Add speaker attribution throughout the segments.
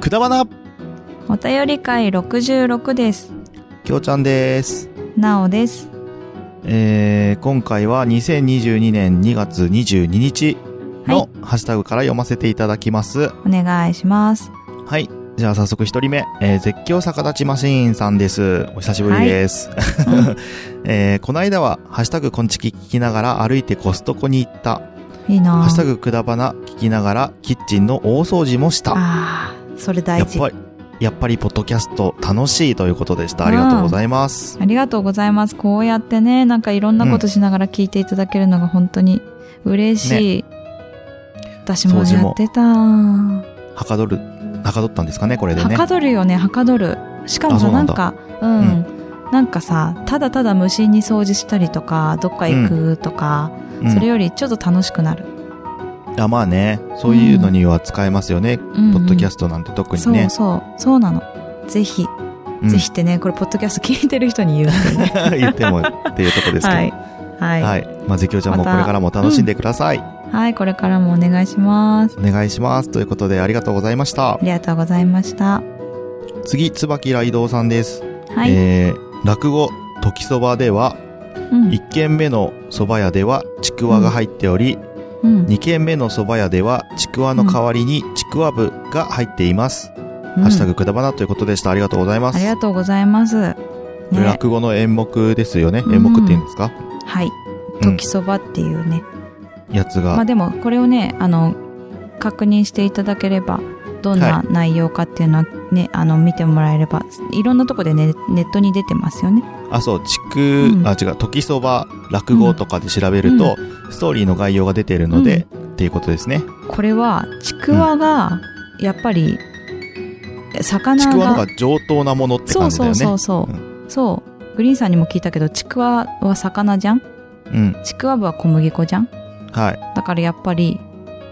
Speaker 1: くだばな
Speaker 2: お便り会66です。
Speaker 3: きょうちゃんです。
Speaker 2: なおです。
Speaker 3: えー、今回は2022年2月22日
Speaker 2: は
Speaker 3: のハッシュタグから読ませていただきます。はい。
Speaker 2: お願いします。
Speaker 3: じゃあ早速一人目、えー絶叫逆立ちマシーンさんです。お久しぶりです。 えー、こないだは、ハッシュタグこんちき聞きながら歩いてコストコに行った。
Speaker 2: いい
Speaker 3: ハ
Speaker 2: な
Speaker 3: ッシュタ
Speaker 2: ぁ。
Speaker 3: グくだばな聞きながらキッチンの大掃除もした。
Speaker 2: ああ、それ大
Speaker 3: やっ
Speaker 2: 事。
Speaker 3: ぱり、やっぱりポッドキャスト楽しいということでした。ありがとうございます。
Speaker 2: ありがとうございます。こうやってね、なんかいろんなことしながら聞いていただけるのが本当に嬉しい。私も
Speaker 3: 掃除
Speaker 2: や
Speaker 3: も
Speaker 2: ってた。は
Speaker 3: はかどる、はかどったんですかね、これでね。
Speaker 2: かどるよね、はかどる。しかも
Speaker 3: あ
Speaker 2: さ、
Speaker 3: そう
Speaker 2: な
Speaker 3: なん
Speaker 2: ん
Speaker 3: だ
Speaker 2: か、うん。なんかさ、ただただ無心に掃除したりとか、どっか行くとか、
Speaker 3: うん
Speaker 2: それよりちょっと楽しくなる。
Speaker 3: あまあね、そういうのには使えますよね。
Speaker 2: ポ
Speaker 3: ポッドキャ
Speaker 2: ス
Speaker 3: ストなんて特に
Speaker 2: そう
Speaker 3: ね。
Speaker 2: そう、そうなの。ぜひ、
Speaker 3: うん
Speaker 2: ぜひってね、これ、ポッドキャスト聞いてる人に言うっていうね。
Speaker 3: 言ってもっていうとこですけど。
Speaker 2: は
Speaker 3: はいい。。
Speaker 2: はい。はい、
Speaker 3: まあ、絶叫ちゃんもこ
Speaker 2: ま
Speaker 3: れ
Speaker 2: た
Speaker 3: からも楽しんでください。
Speaker 2: これからもお願いします。
Speaker 3: お願いします。ということで、ありがとうございました
Speaker 2: あ。りがとうございました。
Speaker 3: 次、椿雷道さんです。
Speaker 2: はい。
Speaker 3: えー、落語、時そばでは、
Speaker 2: うん
Speaker 3: 1軒目の蕎麦屋では、ちくわが入っており、
Speaker 2: うん。
Speaker 3: 2軒目の蕎麦屋では、ちくわの代わりに、ちくわぶが入っています。
Speaker 2: うん
Speaker 3: ハッシュタグくだばなということでした。ありがとうございます。
Speaker 2: ありがとうございます。ね、
Speaker 3: これ落語の演目ですよね。
Speaker 2: うん
Speaker 3: 演目って言うんですか、
Speaker 2: はい。
Speaker 3: うん
Speaker 2: 時そばっていうね。
Speaker 3: やつが。
Speaker 2: まあでも、これをね、あの、確認していただければ、どんな
Speaker 3: は
Speaker 2: 内容かっていうのはね、あの、見てもらえれば、いろんなとこでね、ネットに出てますよね。
Speaker 3: あ、そう、地区、
Speaker 2: うん
Speaker 3: あ、違う、時そば、落語とかで調べると、ストーリーの概要が出てるので、っていうことですね。
Speaker 2: これは、ちくわが、やっぱり、魚
Speaker 3: ち
Speaker 2: が。
Speaker 3: くわの方が上等なものって
Speaker 2: そ
Speaker 3: 感
Speaker 2: う
Speaker 3: じだ
Speaker 2: そ
Speaker 3: よ
Speaker 2: う
Speaker 3: ね。
Speaker 2: そうそう、そうグリーンさんにも聞いたけどちくわは魚じゃん
Speaker 3: うん。
Speaker 2: ちくわぶは小麦粉じゃん
Speaker 3: はい。
Speaker 2: だからやっぱり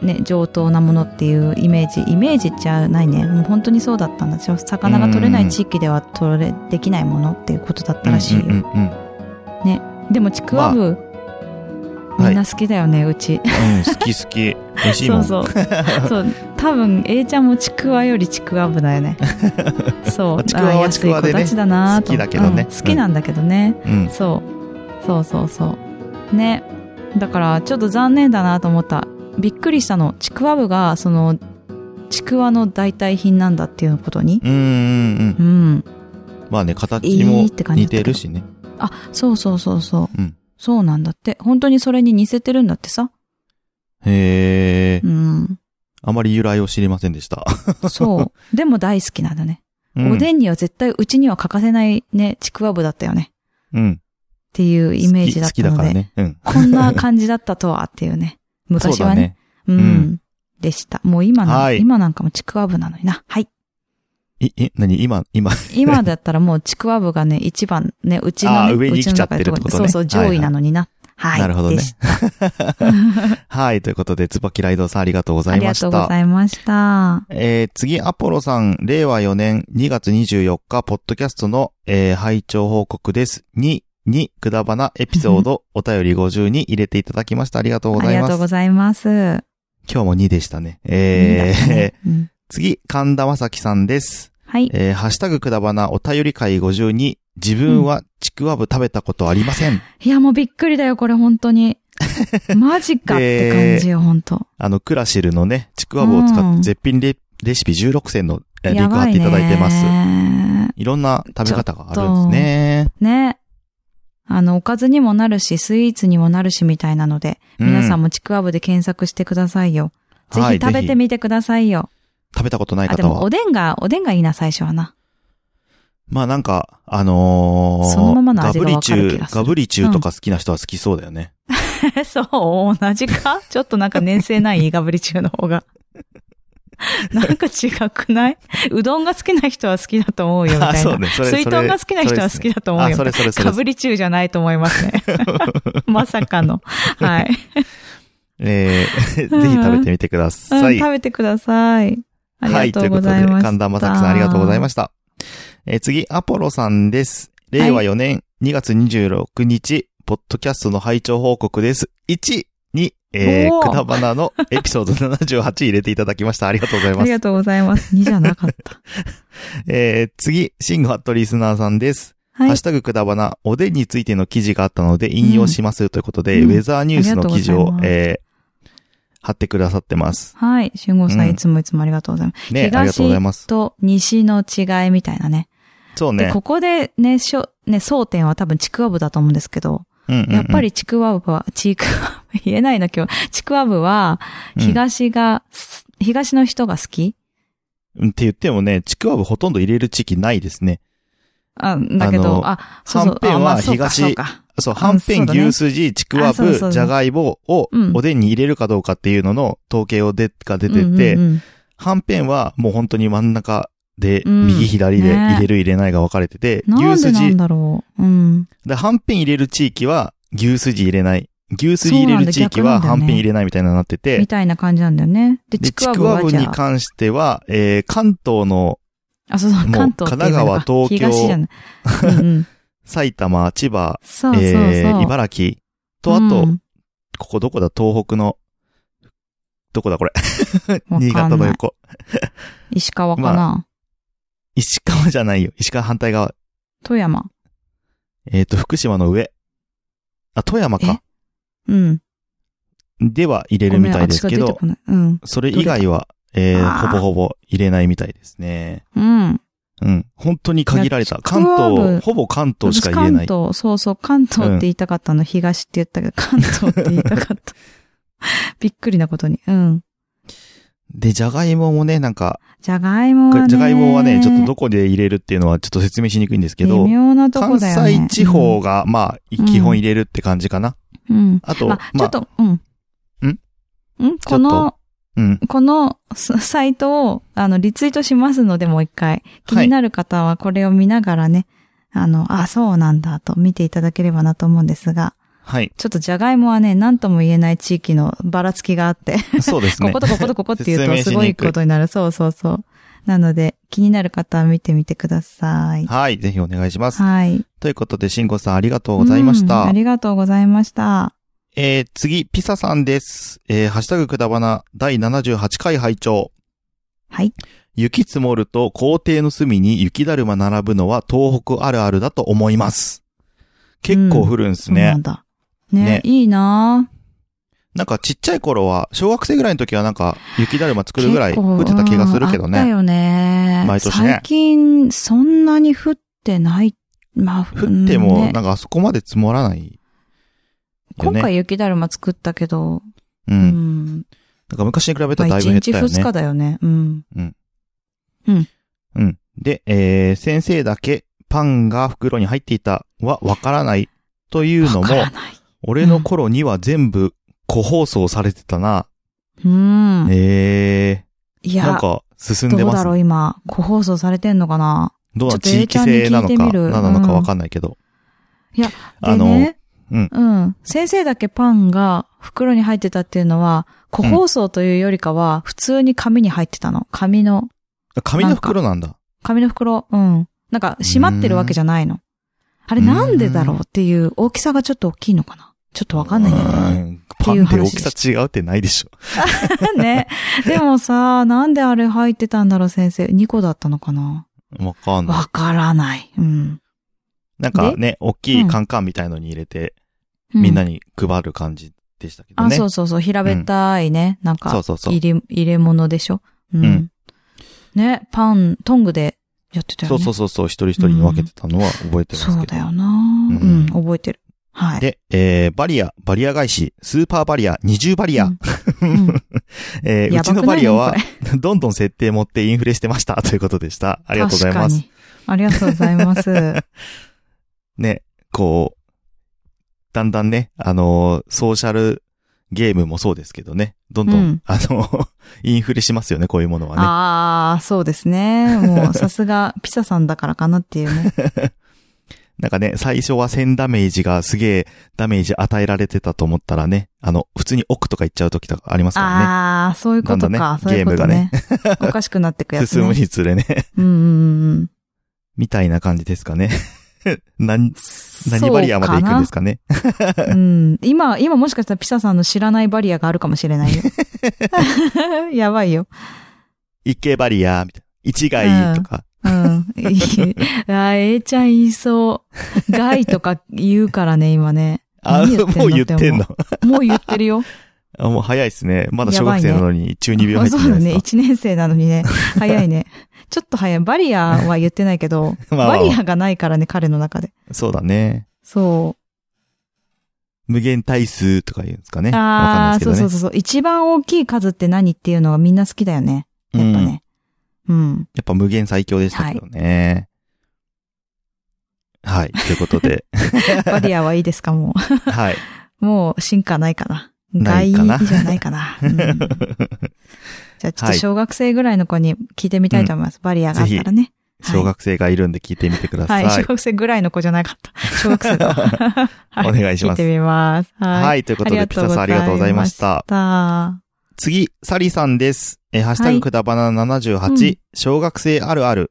Speaker 2: ね上等なものっていうイメージイメージじゃないねもう本当にそうだったんだよ魚が取れない地域では取れできないものっていうことだったらしいよ、
Speaker 3: うんうんうん
Speaker 2: でもちくわぶ、
Speaker 3: あ
Speaker 2: みんな好きだよね、うち。
Speaker 3: うん。うん、好き好き。美味しい
Speaker 2: そ
Speaker 3: もん。
Speaker 2: うそう。 そう。多分、A ちゃんもちくわよりちくわぶだよね。 そう。
Speaker 3: ちくわは
Speaker 2: あー安い
Speaker 3: ちくわでね
Speaker 2: 子たちだなーと
Speaker 3: 好きだけどね
Speaker 2: うん好きなんだけどね。
Speaker 3: うん。
Speaker 2: そう。そうそうそう。ね。だから、ちょっと残念だなと思った。びっくりしたの。ちくわぶが、その、ちくわの代替品なんだっていうことに。
Speaker 3: うんうんうん
Speaker 2: う。ん。
Speaker 3: まあね、形も
Speaker 2: いいって感じ
Speaker 3: 似
Speaker 2: だった
Speaker 3: て
Speaker 2: けど
Speaker 3: るしね。
Speaker 2: あ、そうそうそうそう。
Speaker 3: うん
Speaker 2: そうなんだって。本当にそれに似せてるんだってさ。
Speaker 3: へえ
Speaker 2: う、ん。
Speaker 3: あまり由来を知りませんでした。
Speaker 2: そう。でも大好きなんだね。
Speaker 3: うん
Speaker 2: おでんには絶対うちには欠かせないね、ちくわぶだったよね。
Speaker 3: うん。
Speaker 2: っていうイメージだった
Speaker 3: 好き好きだ
Speaker 2: の
Speaker 3: から
Speaker 2: で。
Speaker 3: ね。うん。
Speaker 2: こんな感じだったとはっていうね。昔はね。う
Speaker 3: うんん。
Speaker 2: でした。もう今な、
Speaker 3: はい
Speaker 2: 今なんかもちくわぶなのにな。はい。
Speaker 3: い、え、何今、今。
Speaker 2: 今だったらもうちくわぶがね、 一番ね、うちの、ね、
Speaker 3: あー上に
Speaker 2: うちの中で
Speaker 3: 来ちゃってるってことね
Speaker 2: そうそう、上位なのにな。はい、
Speaker 3: いはいなるほどね
Speaker 2: でした。
Speaker 3: はい。ということで、椿ライドさんありがとうござ
Speaker 2: あ
Speaker 3: い
Speaker 2: り
Speaker 3: ま
Speaker 2: が
Speaker 3: し
Speaker 2: と
Speaker 3: た。
Speaker 2: うございました。
Speaker 3: えー次、アポロさん、令和4年2月24日、ポッドキャストの、えー拝聴報告です。2、2、くだばなエピソー ド、お便り50に入れていただきました。ありがとうご
Speaker 2: あ
Speaker 3: ざ
Speaker 2: り
Speaker 3: い
Speaker 2: が
Speaker 3: ます
Speaker 2: とう。ございます。
Speaker 3: 今日も2でしたね。
Speaker 2: いいん
Speaker 3: え
Speaker 2: だ
Speaker 3: ー
Speaker 2: ったねうん
Speaker 3: 次、神田正輝さんです。
Speaker 2: はい。
Speaker 3: えーハッシュタグくだばなお便り会52、自分はちくわぶ食べたことありません。
Speaker 2: いや、もうびっくりだよ、これ本 当に。マジかって感じよ、本当
Speaker 3: あの、クラシルのね、ちくわぶを使っ
Speaker 2: うん
Speaker 3: て絶品レ,、レシピ16選の、えーリン
Speaker 2: や
Speaker 3: ク貼
Speaker 2: ば
Speaker 3: っ
Speaker 2: い
Speaker 3: ていただいてます。
Speaker 2: ね。
Speaker 3: いろんな食べ方があるんですね。
Speaker 2: ね。あの、おかずにもなるし、スイーツにもなるし、みたいなので、皆さん
Speaker 3: も
Speaker 2: もちくわぶで検索してくださいよ。ぜひ食べてみてくださいよ。
Speaker 3: 食べたことない
Speaker 2: あ、で
Speaker 3: 方
Speaker 2: もお
Speaker 3: は。
Speaker 2: でんが、おでんがいいな、最初はな。
Speaker 3: まあなんか、あのー、
Speaker 2: そのままの味が
Speaker 3: ガブリ
Speaker 2: わ
Speaker 3: チ
Speaker 2: かる気
Speaker 3: ュ
Speaker 2: がす
Speaker 3: ー、
Speaker 2: る
Speaker 3: ガブリチューとか好きな人は好きそうだよね。
Speaker 2: そう、同じか ちょっとなんか粘性ないガブリチューの方が。 なんか違くないうどんが好きな人は好きだと思うよ、みた
Speaker 3: あ、
Speaker 2: い
Speaker 3: そう
Speaker 2: な。
Speaker 3: ね。それ
Speaker 2: 水
Speaker 3: そ
Speaker 2: 筒
Speaker 3: れ
Speaker 2: が好きな人は好きだと思う
Speaker 3: あ、
Speaker 2: よ
Speaker 3: そ。れそれそれ
Speaker 2: ガ。ブリチューじゃないと思いま すね。まさかの。はい。
Speaker 3: えー、ぜひ食べてみてくだ
Speaker 2: う
Speaker 3: さ
Speaker 2: ん、
Speaker 3: い。
Speaker 2: 食べてください。あり
Speaker 3: はい、と
Speaker 2: がと
Speaker 3: いううこ
Speaker 2: ご
Speaker 3: とで、
Speaker 2: ざいました。
Speaker 3: 神田正輝さんありがとうございました。えー次、アポロさんです。令和4年2月26日、ポッドキャストの拝聴報告です。1、2、え
Speaker 2: お
Speaker 3: ー、
Speaker 2: ー
Speaker 3: くだばなのエピソード78入れていただきました。ありがとうござい
Speaker 2: あ
Speaker 3: ま
Speaker 2: り
Speaker 3: す
Speaker 2: が。とうございます。2じゃなかった。
Speaker 3: えー、次、シンゴアットリスナーさんです。
Speaker 2: は
Speaker 3: ハッ
Speaker 2: い
Speaker 3: シュ。タグくだばな、おでんについての記事があったので引用しますということで、
Speaker 2: うん
Speaker 3: ウェザーニュースの記事
Speaker 2: ありがとう
Speaker 3: を
Speaker 2: ご、ざいます
Speaker 3: えー貼ってくださってます。
Speaker 2: はい。俊吾さ
Speaker 3: うん
Speaker 2: ん、いつもいつもありがとうございます。
Speaker 3: ね、ありがとうございます。
Speaker 2: と、西の違いみたいなね。
Speaker 3: そう
Speaker 2: で、
Speaker 3: ね。
Speaker 2: ここでね、しょ、ね、争点は多分ちくわぶだと思うんですけど、
Speaker 3: うんうんうん
Speaker 2: やっぱ、りちくわぶは、ちくわぶ、言えないな今日。ちくわぶは、東が、東の人が好き
Speaker 3: うん。って言ってもね、ちくわぶほとんど入れる地域ないですね。
Speaker 2: あ、だけ
Speaker 3: あ
Speaker 2: ど、
Speaker 3: の
Speaker 2: あ、そうそう。
Speaker 3: はんぺんは
Speaker 2: あまあそうか
Speaker 3: 東
Speaker 2: そうか
Speaker 3: そう、はんぺ
Speaker 2: そ
Speaker 3: ん、
Speaker 2: うだね
Speaker 3: 牛すじ、ちくわ
Speaker 2: あそうそうそ
Speaker 3: ぶ、
Speaker 2: う
Speaker 3: じゃがいぼを
Speaker 2: うん
Speaker 3: おでんに入れるかどうかっていうのの統計をで、が出て
Speaker 2: うんうん
Speaker 3: て
Speaker 2: う、ん
Speaker 3: はんぺんはもう本当に真ん中で、
Speaker 2: うん
Speaker 3: 右左で
Speaker 2: ね
Speaker 3: 入れる入れないが分かれてて、
Speaker 2: なん
Speaker 3: 牛
Speaker 2: ですなん
Speaker 3: じ、
Speaker 2: だろう。うん。
Speaker 3: で、はんぺん入れる地域は牛すじ入れない。牛すじ入れる地域
Speaker 2: そうな
Speaker 3: は
Speaker 2: んだ
Speaker 3: は
Speaker 2: 逆なんだよね
Speaker 3: んぺん入れないみたいなのになって
Speaker 2: み
Speaker 3: て、
Speaker 2: たいな感じなんだよね。で、
Speaker 3: で、
Speaker 2: ち
Speaker 3: ち
Speaker 2: くわ
Speaker 3: く
Speaker 2: ぶ
Speaker 3: わ
Speaker 2: は
Speaker 3: ぶ
Speaker 2: じゃ
Speaker 3: に
Speaker 2: あ、
Speaker 3: 関しては、えー、関東の
Speaker 2: あ、そうそう、
Speaker 3: もう
Speaker 2: 関東っていう
Speaker 3: 神奈
Speaker 2: のか
Speaker 3: 川東京
Speaker 2: 東じゃない。う んうん
Speaker 3: 埼玉、千葉、
Speaker 2: そうそうそう。
Speaker 3: えー、茨城と、あと
Speaker 2: う、ん
Speaker 3: ここどこだ東北の、どこだこれ。
Speaker 2: わかんない
Speaker 3: 新潟の横。
Speaker 2: 石川か
Speaker 3: ま
Speaker 2: な
Speaker 3: 石川じゃないよ。石川反対側。
Speaker 2: 富山。
Speaker 3: えっ、と、福島の上。あ、富山か。
Speaker 2: うん。
Speaker 3: では入れるみたいですけど
Speaker 2: ご、めんあ違う出てこない
Speaker 3: それ以外は、え
Speaker 2: あ
Speaker 3: ー、
Speaker 2: ー
Speaker 3: ほぼほぼ入れないみたいですね。
Speaker 2: うん。うん。
Speaker 3: うん。本当に限られた。
Speaker 2: いやちく
Speaker 3: 関
Speaker 2: わぶ
Speaker 3: 東、ほぼ関東しか入れない
Speaker 2: 私。関東、そうそう、関東って言いたかったの、東って言ったけど、関東って言いたかった。びっくりなことに。うん。
Speaker 3: で、じゃがいももね、なんか、
Speaker 2: じゃがいもはね。
Speaker 3: じゃがいもはね、ちょっとどこで入れるっていうのはちょっと説明しにくいんですけど
Speaker 2: 微、妙なとこ
Speaker 3: 関
Speaker 2: だよね。
Speaker 3: 西地方が、まあ、
Speaker 2: うん
Speaker 3: 基本入れるって感じかな。
Speaker 2: うん。うん。
Speaker 3: あと、
Speaker 2: ま
Speaker 3: ま
Speaker 2: あ、ちょっ
Speaker 3: あ、
Speaker 2: と、うん。
Speaker 3: ん
Speaker 2: んこの、
Speaker 3: うん。
Speaker 2: このすサイトを、あの、リツイートしますので、もう一回。気
Speaker 3: はい
Speaker 2: になる方はこれを見ながらね、あの、あ、そうなんだと見ていただければなと思うんですが、
Speaker 3: はい。
Speaker 2: ちょっとじゃがいもはね、なんとも言えない地域のばらつきがあって、
Speaker 3: そうです
Speaker 2: こ
Speaker 3: ね
Speaker 2: こ。とこことここって言う
Speaker 3: 説明
Speaker 2: と
Speaker 3: しにくい
Speaker 2: すごいことになる。そうそうそう。なので、気になる方は見てみてください。
Speaker 3: はい。ぜひお願いします。
Speaker 2: はい。
Speaker 3: ということで、しんこさんありがとうございまし
Speaker 2: うん
Speaker 3: た
Speaker 2: あ。りがとうございました。
Speaker 3: えー、次、ピサさんです。えー、ハッシュタグくだばな、第78回拝聴
Speaker 2: はい。
Speaker 3: 雪積もると校庭の隅に雪だるま並ぶのは東北あるあるだと思います。結構降るんです
Speaker 2: そう
Speaker 3: ね。
Speaker 2: なんだ。ね、
Speaker 3: ね
Speaker 2: いいなぁ
Speaker 3: なんかちっちゃい頃は、小学生ぐらいの時はなんか雪だるま作るぐらい
Speaker 2: 結構
Speaker 3: 降ってた気がするけど
Speaker 2: うんあった
Speaker 3: ね。
Speaker 2: よね。
Speaker 3: 毎年ね
Speaker 2: 最近、そんなに降ってない。まあ、
Speaker 3: 降って
Speaker 2: うん
Speaker 3: も、
Speaker 2: ね
Speaker 3: なんかあそこまで積もらない。よ
Speaker 2: 今
Speaker 3: ね
Speaker 2: 回雪だるま作ったけど、
Speaker 3: う。
Speaker 2: うんん。
Speaker 3: なんか昔に比べた
Speaker 2: まあ、
Speaker 3: らだいぶ減っ
Speaker 2: 1
Speaker 3: た
Speaker 2: 日
Speaker 3: よね
Speaker 2: 2。日だよね。うん。
Speaker 3: うん。で、えー、先生だけパンが袋に入っていたはわからないというのも
Speaker 2: わか、らない。
Speaker 3: 俺の頃には全部個包装されてたな。
Speaker 2: うん。
Speaker 3: え
Speaker 2: い
Speaker 3: ー、
Speaker 2: や、
Speaker 3: なんか進んで
Speaker 2: どう
Speaker 3: ま
Speaker 2: だ
Speaker 3: す
Speaker 2: ろう
Speaker 3: ね。
Speaker 2: 今、個放送されてんのかな
Speaker 3: どうなの
Speaker 2: ちょ
Speaker 3: 地
Speaker 2: っと
Speaker 3: 域性なの
Speaker 2: 英ちゃんに聞い
Speaker 3: か、
Speaker 2: てみる
Speaker 3: なのか
Speaker 2: うん
Speaker 3: わかんないけど。
Speaker 2: いや、
Speaker 3: あ
Speaker 2: で
Speaker 3: の、
Speaker 2: ね、
Speaker 3: うん
Speaker 2: うん。先生だけパンが袋に入ってたっていうのは、個包装というよりかは、普通に紙に入ってたの。紙の、
Speaker 3: 紙の袋なんだ。
Speaker 2: 紙の袋、うん。なんか、閉まってるわけじゃないの。あれ
Speaker 3: うん
Speaker 2: なんでだろうっていう大きさがちょっと大きいのかなちょっとわかんないんだよね。
Speaker 3: うんパンって大きさ違うってないでしょ。
Speaker 2: ね。でもさ、なんであれ入ってたんだろう先生。2個だったのかな
Speaker 3: わかんない。
Speaker 2: わからない。うん。
Speaker 3: なんかね、大きいカンカンみたいのに入れて、みんな
Speaker 2: に、
Speaker 3: に配る感じでしたけど
Speaker 2: あ、
Speaker 3: ね。
Speaker 2: そうそうそう。平べったいね。なんか
Speaker 3: そう、そうそう。
Speaker 2: 入れ、入れ物でしょうん。
Speaker 3: うん
Speaker 2: ね、パン、トングでやってたよ
Speaker 3: そ
Speaker 2: ね。
Speaker 3: うそう
Speaker 2: そ
Speaker 3: そうそう、一人一人に分けてたのは覚えて
Speaker 2: う
Speaker 3: ますけど。
Speaker 2: そうだよな、
Speaker 3: う
Speaker 2: うんん、覚えてる。はい。
Speaker 3: で、えー、バリア、バリア返し、スーパーバリア、二重バリア。
Speaker 2: うん うん
Speaker 3: えーう
Speaker 2: や
Speaker 3: ち
Speaker 2: ば
Speaker 3: の
Speaker 2: く
Speaker 3: バ
Speaker 2: ない
Speaker 3: リアは
Speaker 2: こ れ、
Speaker 3: どんどん設定持ってインフレしてました。ということでした。ありがとうございます
Speaker 2: 確。かに。ありがとうござい ます。
Speaker 3: ね、こう、だんだんね、あのーソーシャルゲームもそうですけどね、どんどん、
Speaker 2: うん
Speaker 3: あの、 インフレしますよね、こういうものはね。
Speaker 2: ああ、そうですね。もう、さすが、ピサさんだからかなっていうね。
Speaker 3: なんかね、最初は1000ダメージがすげえダメージ与えられてたと思ったらね、あの、普通に奥とか行っちゃう時とかありますからね。
Speaker 2: ああ、そういうこと
Speaker 3: だ
Speaker 2: か。
Speaker 3: んだんね
Speaker 2: そういうことね。 お かしくなってくやつ、ね。
Speaker 3: 進むにつれね、
Speaker 2: うんうんうん。
Speaker 3: みたいな感じですかね。 何、何バリアまで行くんですかね。
Speaker 2: そうかなうん。今、今もしかしたらピサさんの知らないバリアがあるかもしれないよ。 やばいよ。
Speaker 3: 池バリア、みたいな。一外とか。
Speaker 2: うん。 いいあ、A ちゃん言いそう。害とか言うからね、今ね。
Speaker 3: あ、
Speaker 2: 何
Speaker 3: もう言ってんの。
Speaker 2: もう言ってるよ。
Speaker 3: あもう早いですね。まだ小学生なのに中二病入
Speaker 2: あ
Speaker 3: って
Speaker 2: そ
Speaker 3: るじ
Speaker 2: う
Speaker 3: ゃな
Speaker 2: だ
Speaker 3: い
Speaker 2: ね。
Speaker 3: ですか。
Speaker 2: 1年生なのにね。早いね。ちょっと早い。バリアは言ってないけど、
Speaker 3: まあまあ
Speaker 2: バリアがないからね、彼の中で。
Speaker 3: そうだね。
Speaker 2: そう。
Speaker 3: 無限対数とか言うんですかね。わかんない
Speaker 2: ああ
Speaker 3: です
Speaker 2: ー、
Speaker 3: け
Speaker 2: そ
Speaker 3: ど
Speaker 2: う
Speaker 3: ね。
Speaker 2: そうそうそう。一番大きい数って何っていうのがみんな好きだよね。やっぱ
Speaker 3: うん
Speaker 2: ね。うん。
Speaker 3: やっぱ無限最強でしたけどね。はい。ということ で。
Speaker 2: バリアはいいですか、も
Speaker 3: はい。
Speaker 2: う。 もう進化ないかな。
Speaker 3: ない
Speaker 2: 外
Speaker 3: かな
Speaker 2: じゃない かな。うんじゃあちょっ
Speaker 3: は
Speaker 2: と
Speaker 3: い
Speaker 2: 小学生ぐらいの子に聞いてみたいと思います。バリアがあったらね。
Speaker 3: 小学生がいるんで聞いてみてくださ。
Speaker 2: はいい、小学生ぐらいの子じゃなかった。小学生 だ。は
Speaker 3: お願いします
Speaker 2: 聞いてみます。
Speaker 3: はい、
Speaker 2: はい。
Speaker 3: ということで、ピサさんありがとうございました。
Speaker 2: た。
Speaker 3: 次、サリさんです。えーハッシュタ
Speaker 2: は
Speaker 3: グ
Speaker 2: い
Speaker 3: くだばな78、
Speaker 2: うん
Speaker 3: 小学生あるある、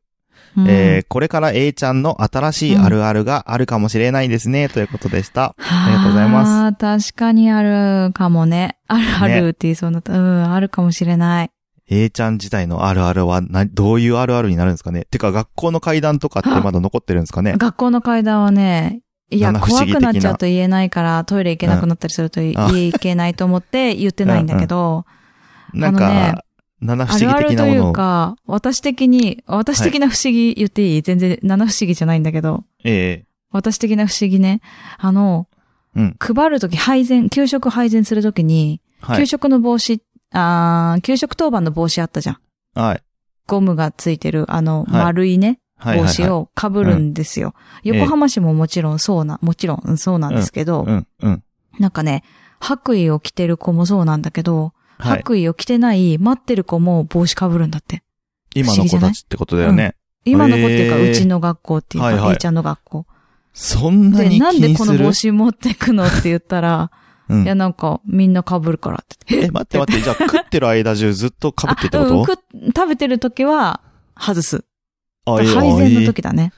Speaker 2: うん
Speaker 3: えーこれから A ちゃんの新しいあるあるがあるかもしれないですね、ということでした。
Speaker 2: あ
Speaker 3: りがとうございます
Speaker 2: す。確かにあるかもね。あるあるって言いそうになった。うん、あるかもしれない。
Speaker 3: A ちゃん自体のあるあるはな、どういうあるあるになるんですかねてか、学校の階段とかってまだ残ってるんですかね
Speaker 2: 学校の階段はね、いや、
Speaker 3: 七不思
Speaker 2: 怖
Speaker 3: 議的
Speaker 2: く
Speaker 3: な
Speaker 2: なっちゃうと言えないから、トイレ行けなくなったりするとい
Speaker 3: あ
Speaker 2: いけないと思 って言ってないんだけど、
Speaker 3: なん
Speaker 2: あのね
Speaker 3: か、七不
Speaker 2: あ
Speaker 3: 思
Speaker 2: るあ
Speaker 3: 議
Speaker 2: る
Speaker 3: 的
Speaker 2: と
Speaker 3: ないもの
Speaker 2: う
Speaker 3: を。
Speaker 2: か、私的に、私的な不思議言っていい全然七不思議じゃないんだけど、
Speaker 3: え
Speaker 2: 私的な不思議ね。あの、
Speaker 3: えうん。
Speaker 2: 配るとき、配膳、給食配膳するときに、
Speaker 3: は
Speaker 2: 給
Speaker 3: い。
Speaker 2: 食の帽子、あー給食当番の帽子あったじゃん。
Speaker 3: はい。
Speaker 2: ゴムがついてる、あの、
Speaker 3: はい
Speaker 2: 丸いね、
Speaker 3: はい。
Speaker 2: 帽子
Speaker 3: はいはい
Speaker 2: を被るんですよ。
Speaker 3: うん
Speaker 2: 横浜市ももちろんそうな、もちろんうんそうなんですけど、
Speaker 3: うん、うん。
Speaker 2: なんかね、白衣を着てる子もそうなんだけど、
Speaker 3: はい。
Speaker 2: 白衣を着てない、待ってる子も帽子被るんだって。
Speaker 3: 今の子たちってことだよね。
Speaker 2: 今の子っていうか、
Speaker 3: へー
Speaker 2: うちの学校っていうか、
Speaker 3: はいはい
Speaker 2: A ちゃんの学校。
Speaker 3: そんな
Speaker 2: で、
Speaker 3: に気
Speaker 2: なんで
Speaker 3: に
Speaker 2: こ
Speaker 3: す
Speaker 2: の
Speaker 3: る
Speaker 2: 帽子持ってくのって言ったら、
Speaker 3: うん
Speaker 2: いや、なんか、みんな被るからって 言って。
Speaker 3: え、待って待って、じゃあ食ってる間中ずっと被ってって
Speaker 2: あうん
Speaker 3: こ
Speaker 2: 食っ食べてる時は、外す。
Speaker 3: とあ、
Speaker 2: 配
Speaker 3: いいよ
Speaker 2: 膳
Speaker 3: い
Speaker 2: の
Speaker 3: い
Speaker 2: 時だね。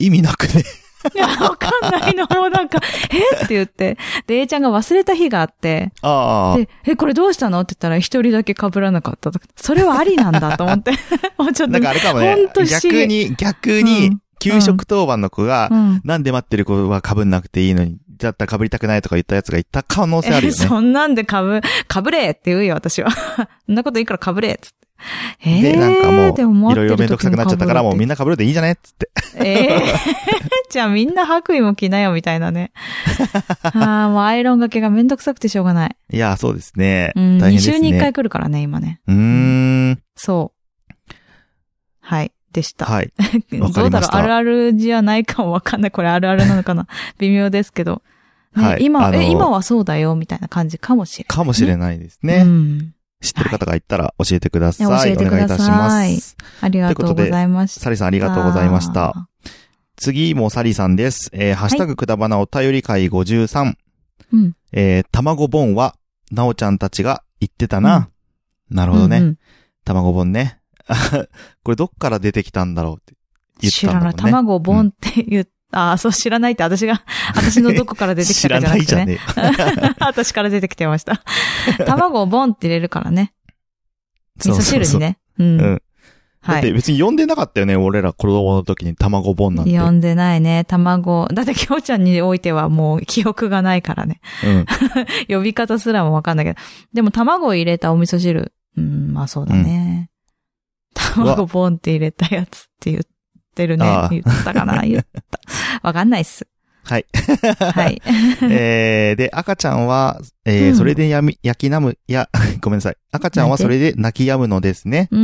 Speaker 3: 意味なくね。
Speaker 2: いや、わかんないの。もうなんか、 えって言って。で、A ちゃんが忘れた日があって、
Speaker 3: あ
Speaker 2: で、え、これどうしたのって言ったら、一人だけ被らなかったとか。それはありなんだと思 って。もうちょ
Speaker 3: あ。
Speaker 2: っ
Speaker 3: な
Speaker 2: と。
Speaker 3: んかあれかもね
Speaker 2: ほんと不。思議
Speaker 3: 逆に、逆
Speaker 2: う
Speaker 3: に
Speaker 2: ん、
Speaker 3: 給食当番の子が
Speaker 2: う、ん。
Speaker 3: なんで待ってる子は被んなくていいのに、だったら被りたくないとか言ったやつがいた可能性ある
Speaker 2: え、
Speaker 3: よね。
Speaker 2: そんなんで被、被れって言うよ、私は。 そんなこといいから被れっつって。えー、
Speaker 3: で、なんかも
Speaker 2: でも
Speaker 3: う、いろいろめんどくさくなっちゃったから、もうみん
Speaker 2: な。
Speaker 3: な被るでいいじゃねっつって。
Speaker 2: えー、じゃあみんな白衣も着なよ、みたい なね。ああ、もうアイロンがけがめんどくさくてしょうがない。
Speaker 3: いや、そうですね。
Speaker 2: うん、
Speaker 3: 大変で
Speaker 2: 2
Speaker 3: すね。
Speaker 2: 週に1回来るからね、今ね。
Speaker 3: うーん。
Speaker 2: そう。はい。でした。
Speaker 3: はい。
Speaker 2: ど
Speaker 3: わ
Speaker 2: う
Speaker 3: かりまし
Speaker 2: だろう
Speaker 3: た
Speaker 2: あるあるじゃないかもわかんない。これあるあるなのかな 微妙ですけど。ね、
Speaker 3: はい
Speaker 2: 今、
Speaker 3: あの
Speaker 2: え、今はそうだよ、みたいな感じかもしれ
Speaker 3: かもしれないです
Speaker 2: ない。
Speaker 3: ね
Speaker 2: う。ん。
Speaker 3: 知ってる方がいたら教えてください。
Speaker 2: はい
Speaker 3: お
Speaker 2: 教えてく
Speaker 3: 願いいた
Speaker 2: ださい
Speaker 3: します。
Speaker 2: ありがとうございました。
Speaker 3: サリさんありがとうございました。。次もサリさんです。えーハッシュタグくだばなお便り会53。
Speaker 2: うん。
Speaker 3: えー卵ボンは、なおちゃんたちが言ってたな。なるほどね。
Speaker 2: うんうん
Speaker 3: 卵ボンね。 あこれどっから出てきたんだろうって言って
Speaker 2: 知
Speaker 3: た
Speaker 2: ら
Speaker 3: んだ
Speaker 2: な
Speaker 3: も
Speaker 2: い。
Speaker 3: んね。
Speaker 2: 卵ボンって言っ ああ、そう、知らないって私が、私のどこから出てき
Speaker 3: 知
Speaker 2: たからじゃ
Speaker 3: な
Speaker 2: ないく
Speaker 3: じ
Speaker 2: て
Speaker 3: ゃ
Speaker 2: ね。
Speaker 3: ねえ。
Speaker 2: 私から出てきてました。卵をボンって入れるからね。味噌汁にね。う。
Speaker 3: そうそうそう。うんん。だ
Speaker 2: は
Speaker 3: っ
Speaker 2: い
Speaker 3: て。別に呼んでなかったよね。俺ら子供の時に卵ボンなんて。
Speaker 2: 呼んでないね。卵。だって、きょうちゃんにおいてはもう記憶がないからね。
Speaker 3: うん。
Speaker 2: 呼び方すらもわかんないけど。でも、卵を入れたお味噌汁。うん、まあそうだね。卵ポンって入れたやつって言ってる
Speaker 3: ああ
Speaker 2: ね。言ったか な言った。わかんないっす。
Speaker 3: はい。
Speaker 2: はい。
Speaker 3: えーで、赤ちゃんは、えー
Speaker 2: うん
Speaker 3: それでやみ、焼きなむ、いや、 ごめんなさい。赤ちゃんはそれで泣き止むのですね。
Speaker 2: うん、